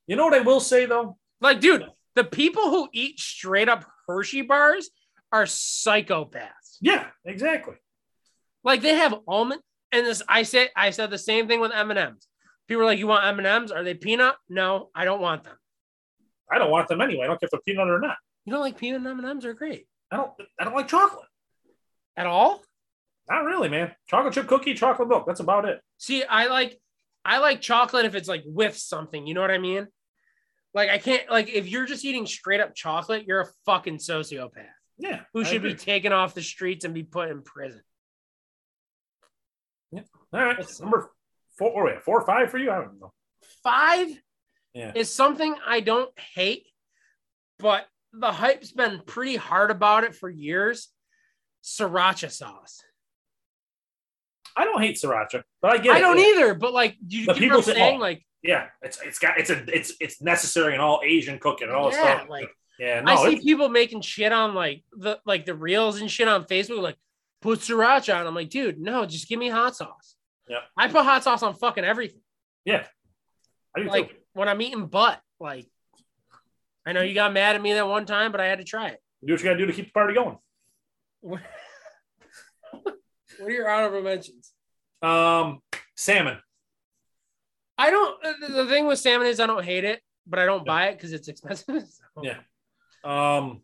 Speaker 2: You know what I will say though?
Speaker 1: like dude the people who eat straight up hershey bars are psychopaths
Speaker 2: Yeah, exactly.
Speaker 1: like they have almond and this i say i said the same thing with m&ms people are like you want m&ms are they peanut no i don't want them
Speaker 2: I don't want them anyway. I don't care if they're peanut or not.
Speaker 1: You don't like peanut M and M's are great
Speaker 2: I don't. I don't like chocolate.
Speaker 1: at all.
Speaker 2: Not really, man. Chocolate chip cookie, chocolate milk. That's about it.
Speaker 1: See, I like I like chocolate if it's like with something. You know what I mean? Like I can't like if you're just eating straight up chocolate, you're a fucking sociopath
Speaker 2: Yeah.
Speaker 1: who
Speaker 2: I
Speaker 1: should
Speaker 2: agree.
Speaker 1: be taken off the streets and be put in prison.
Speaker 2: All right. Number four. Or wait, four or five for you? I don't know.
Speaker 1: Five
Speaker 2: Yeah.
Speaker 1: is something I don't hate, but the hype's been pretty hard about it for years. Sriracha sauce.
Speaker 2: I don't hate sriracha, but I get.
Speaker 1: I don't
Speaker 2: it.
Speaker 1: either, but like you get
Speaker 2: The
Speaker 1: what
Speaker 2: people
Speaker 1: I'm
Speaker 2: say-
Speaker 1: saying?
Speaker 2: oh,
Speaker 1: like
Speaker 2: Yeah, it's it's got it's a it's it's necessary in all Asian cooking and all this
Speaker 1: yeah,
Speaker 2: stuff.
Speaker 1: like
Speaker 2: yeah,
Speaker 1: I
Speaker 2: no,
Speaker 1: see
Speaker 2: it's-
Speaker 1: people making shit on like the like the reels and shit on Facebook, like put sriracha on. I'm like, dude, no, just give me hot sauce.
Speaker 2: Yeah.
Speaker 1: I put hot sauce on fucking everything.
Speaker 2: I do too.
Speaker 1: Like when I'm eating butt, like I know you got mad at me that one time, but I had to try it. [LAUGHS]
Speaker 2: do what you gotta do to keep the party going.
Speaker 1: what are your honorable mentions?
Speaker 2: Um, salmon.
Speaker 1: I don't. uh, The the thing with salmon is I don't hate it, but I don't buy it because it's expensive. [LAUGHS] so.
Speaker 2: Yeah. Um,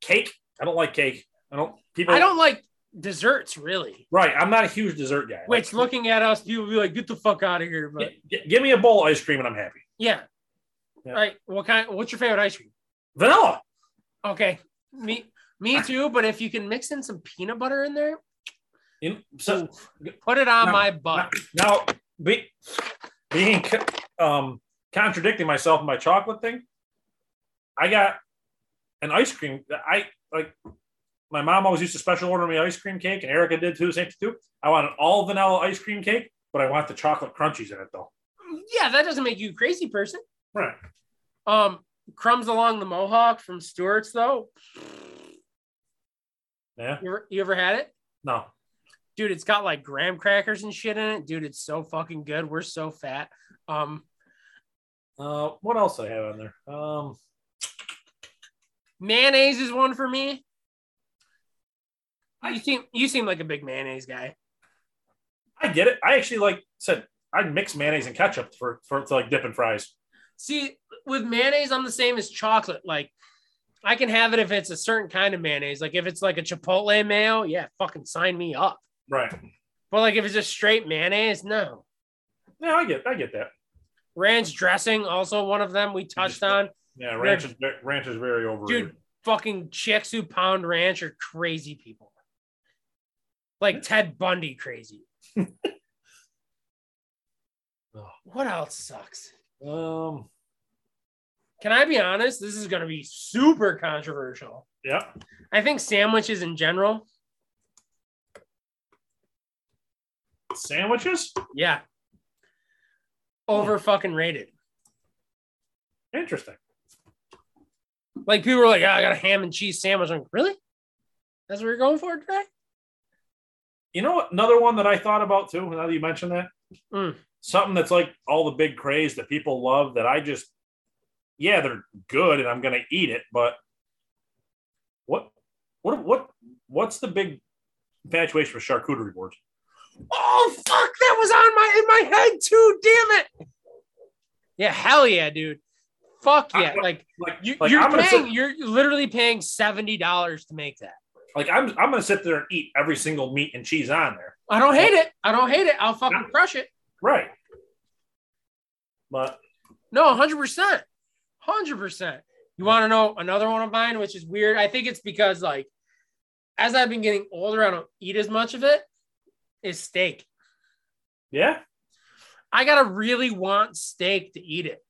Speaker 2: cake. I don't like cake. I don't. People.
Speaker 1: I don't like desserts really.
Speaker 2: Right. I'm not a huge dessert guy.
Speaker 1: Which looking at us, people be like, "Get the fuck out of here!" But
Speaker 2: Like, g- give me a bowl of ice cream and I'm happy.
Speaker 1: Yeah.
Speaker 2: Yeah.
Speaker 1: Right. What kind? What's your favorite ice cream?
Speaker 2: Vanilla.
Speaker 1: Okay. Me, me
Speaker 2: [LAUGHS]
Speaker 1: too. But if you can mix in some peanut butter in there,
Speaker 2: You know, so
Speaker 1: put it on
Speaker 2: No,
Speaker 1: my butt.
Speaker 2: now, be, being co- um, contradicting myself in my chocolate thing, I got an ice cream. that I like. My mom always used to special order me ice cream cake, and Erica did too. Same too. I want an all vanilla ice cream cake, but I want the chocolate crunchies in it though.
Speaker 1: Yeah, that doesn't make you a crazy person.
Speaker 2: Right.
Speaker 1: Um, crumbs along the Mohawk from Stewart's though.
Speaker 2: Yeah.
Speaker 1: You ever, you ever had it,
Speaker 2: No.
Speaker 1: dude? It's got like graham crackers and shit in it, dude. It's so fucking good. We're so fat. Um,
Speaker 2: Uh, what else do I have on there? Um,
Speaker 1: mayonnaise is one for me. You seem you seem like a big mayonnaise guy.
Speaker 2: I get it. I actually like said I'd mix mayonnaise and ketchup for for to like dip in fries.
Speaker 1: See, with mayonnaise, I'm the same as chocolate. Like, I can have it if it's a certain kind of mayonnaise. Like, if it's like a chipotle mayo, yeah, fucking sign me up.
Speaker 2: Right.
Speaker 1: But like, if it's just straight mayonnaise, no.
Speaker 2: Yeah, I get I get that.
Speaker 1: Ranch dressing, also one of them we touched on.
Speaker 2: Yeah, ranch is ranch is very overrated.
Speaker 1: Dude, fucking chicks who pound ranch are crazy people. Like Ted Bundy, crazy.
Speaker 2: Oh.
Speaker 1: what else sucks?
Speaker 2: Um,
Speaker 1: Can I be honest? This is going to be super controversial.
Speaker 2: Yeah.
Speaker 1: I think sandwiches in general.
Speaker 2: Sandwiches?
Speaker 1: Yeah. Over fucking rated.
Speaker 2: Interesting.
Speaker 1: Like people were like, "Yeah, I got a ham and cheese sandwich." I'm like, really? That's what you're going for today?
Speaker 2: You know, what? another one that I thought about too, now that you mentioned that,
Speaker 1: Mm.
Speaker 2: something that's like all the big craze that people love that I just, yeah, they're good and I'm going to eat it, but what, what, what, what's the big infatuation with charcuterie boards?
Speaker 1: Oh fuck, that was on my in my head too. Damn it. Yeah, hell yeah, dude. Fuck yeah.
Speaker 2: I-
Speaker 1: like
Speaker 2: Like,
Speaker 1: you,
Speaker 2: like,
Speaker 1: you're
Speaker 2: I'm gonna
Speaker 1: paying, you're literally paying seventy dollars to make that.
Speaker 2: like I'm, I'm going to sit there and eat every single meat and cheese on there.
Speaker 1: I don't hate it. I don't hate it. I'll fucking crush it.
Speaker 2: Right. But
Speaker 1: No, hundred percent, hundred percent. You want to know another one of mine, which is weird. I think it's because like, as I've been getting older, I don't eat as much of it. Is steak.
Speaker 2: yeah,
Speaker 1: I gotta really want steak to eat it.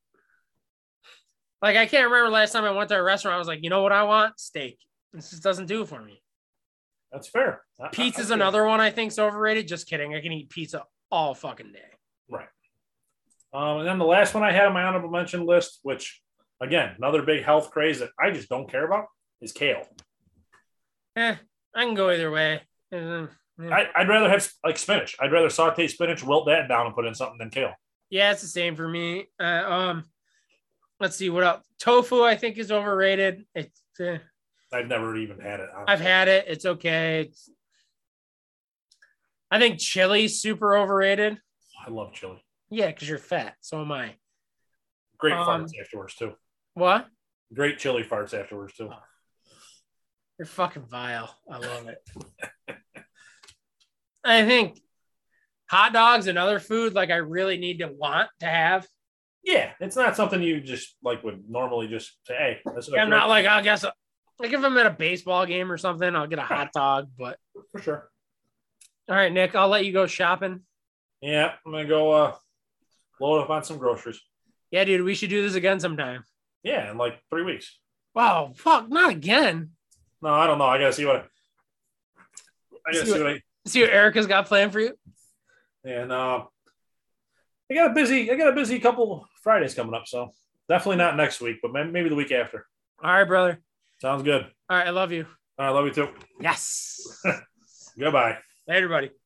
Speaker 1: Like I can't remember last time I went to a restaurant. I was like, you know what I want? Steak. This just doesn't do it for me.
Speaker 2: that's fair. I- I-
Speaker 1: Pizza's
Speaker 2: I-
Speaker 1: another one I think's overrated. Just kidding. I can eat pizza all fucking day.
Speaker 2: Um, and then the last one I had on my honorable mention list, which again, another big health craze that I just don't care about is kale.
Speaker 1: Eh, I can go either way. Mm, mm.
Speaker 2: I, I'd rather have like spinach. I'd rather saute spinach, wilt that down, and put in something than kale.
Speaker 1: Yeah, it's the same for me. Uh, um, let's see what else. Tofu, I think, is overrated. It's eh,
Speaker 2: I've never even had it. honestly.
Speaker 1: I've had it. It's okay. It's, I think chili's super overrated.
Speaker 2: I love chili.
Speaker 1: Yeah, because you're fat. So am I.
Speaker 2: Great
Speaker 1: Um,
Speaker 2: farts afterwards too.
Speaker 1: What?
Speaker 2: Great chili farts afterwards
Speaker 1: uh,
Speaker 2: too.
Speaker 1: You're fucking vile. I love it. I think hot dogs and other food like I really need to want to have.
Speaker 2: Yeah, it's not something you just like would normally just say. Hey, this is
Speaker 1: I'm not like I guess like if I'm at a baseball game or something, I'll get a hot dog. But
Speaker 2: for sure.
Speaker 1: all right, Nick, I'll let you go shopping.
Speaker 2: Yeah, I'm gonna go uh, load up on some groceries.
Speaker 1: Yeah, dude, we should do this again sometime.
Speaker 2: Yeah, in like three weeks.
Speaker 1: Wow, fuck, not again.
Speaker 2: No, I don't know. I gotta see what. I, I gotta
Speaker 1: See
Speaker 2: see what I.
Speaker 1: See what Erica's got planned for you.
Speaker 2: And uh, I got a busy. I got a busy couple Fridays coming up. So definitely not next week, but may- maybe the week after.
Speaker 1: All right, brother.
Speaker 2: Sounds good.
Speaker 1: All right, I love you.
Speaker 2: All right, love you too.
Speaker 1: Yes.
Speaker 2: Goodbye.
Speaker 1: Later, buddy.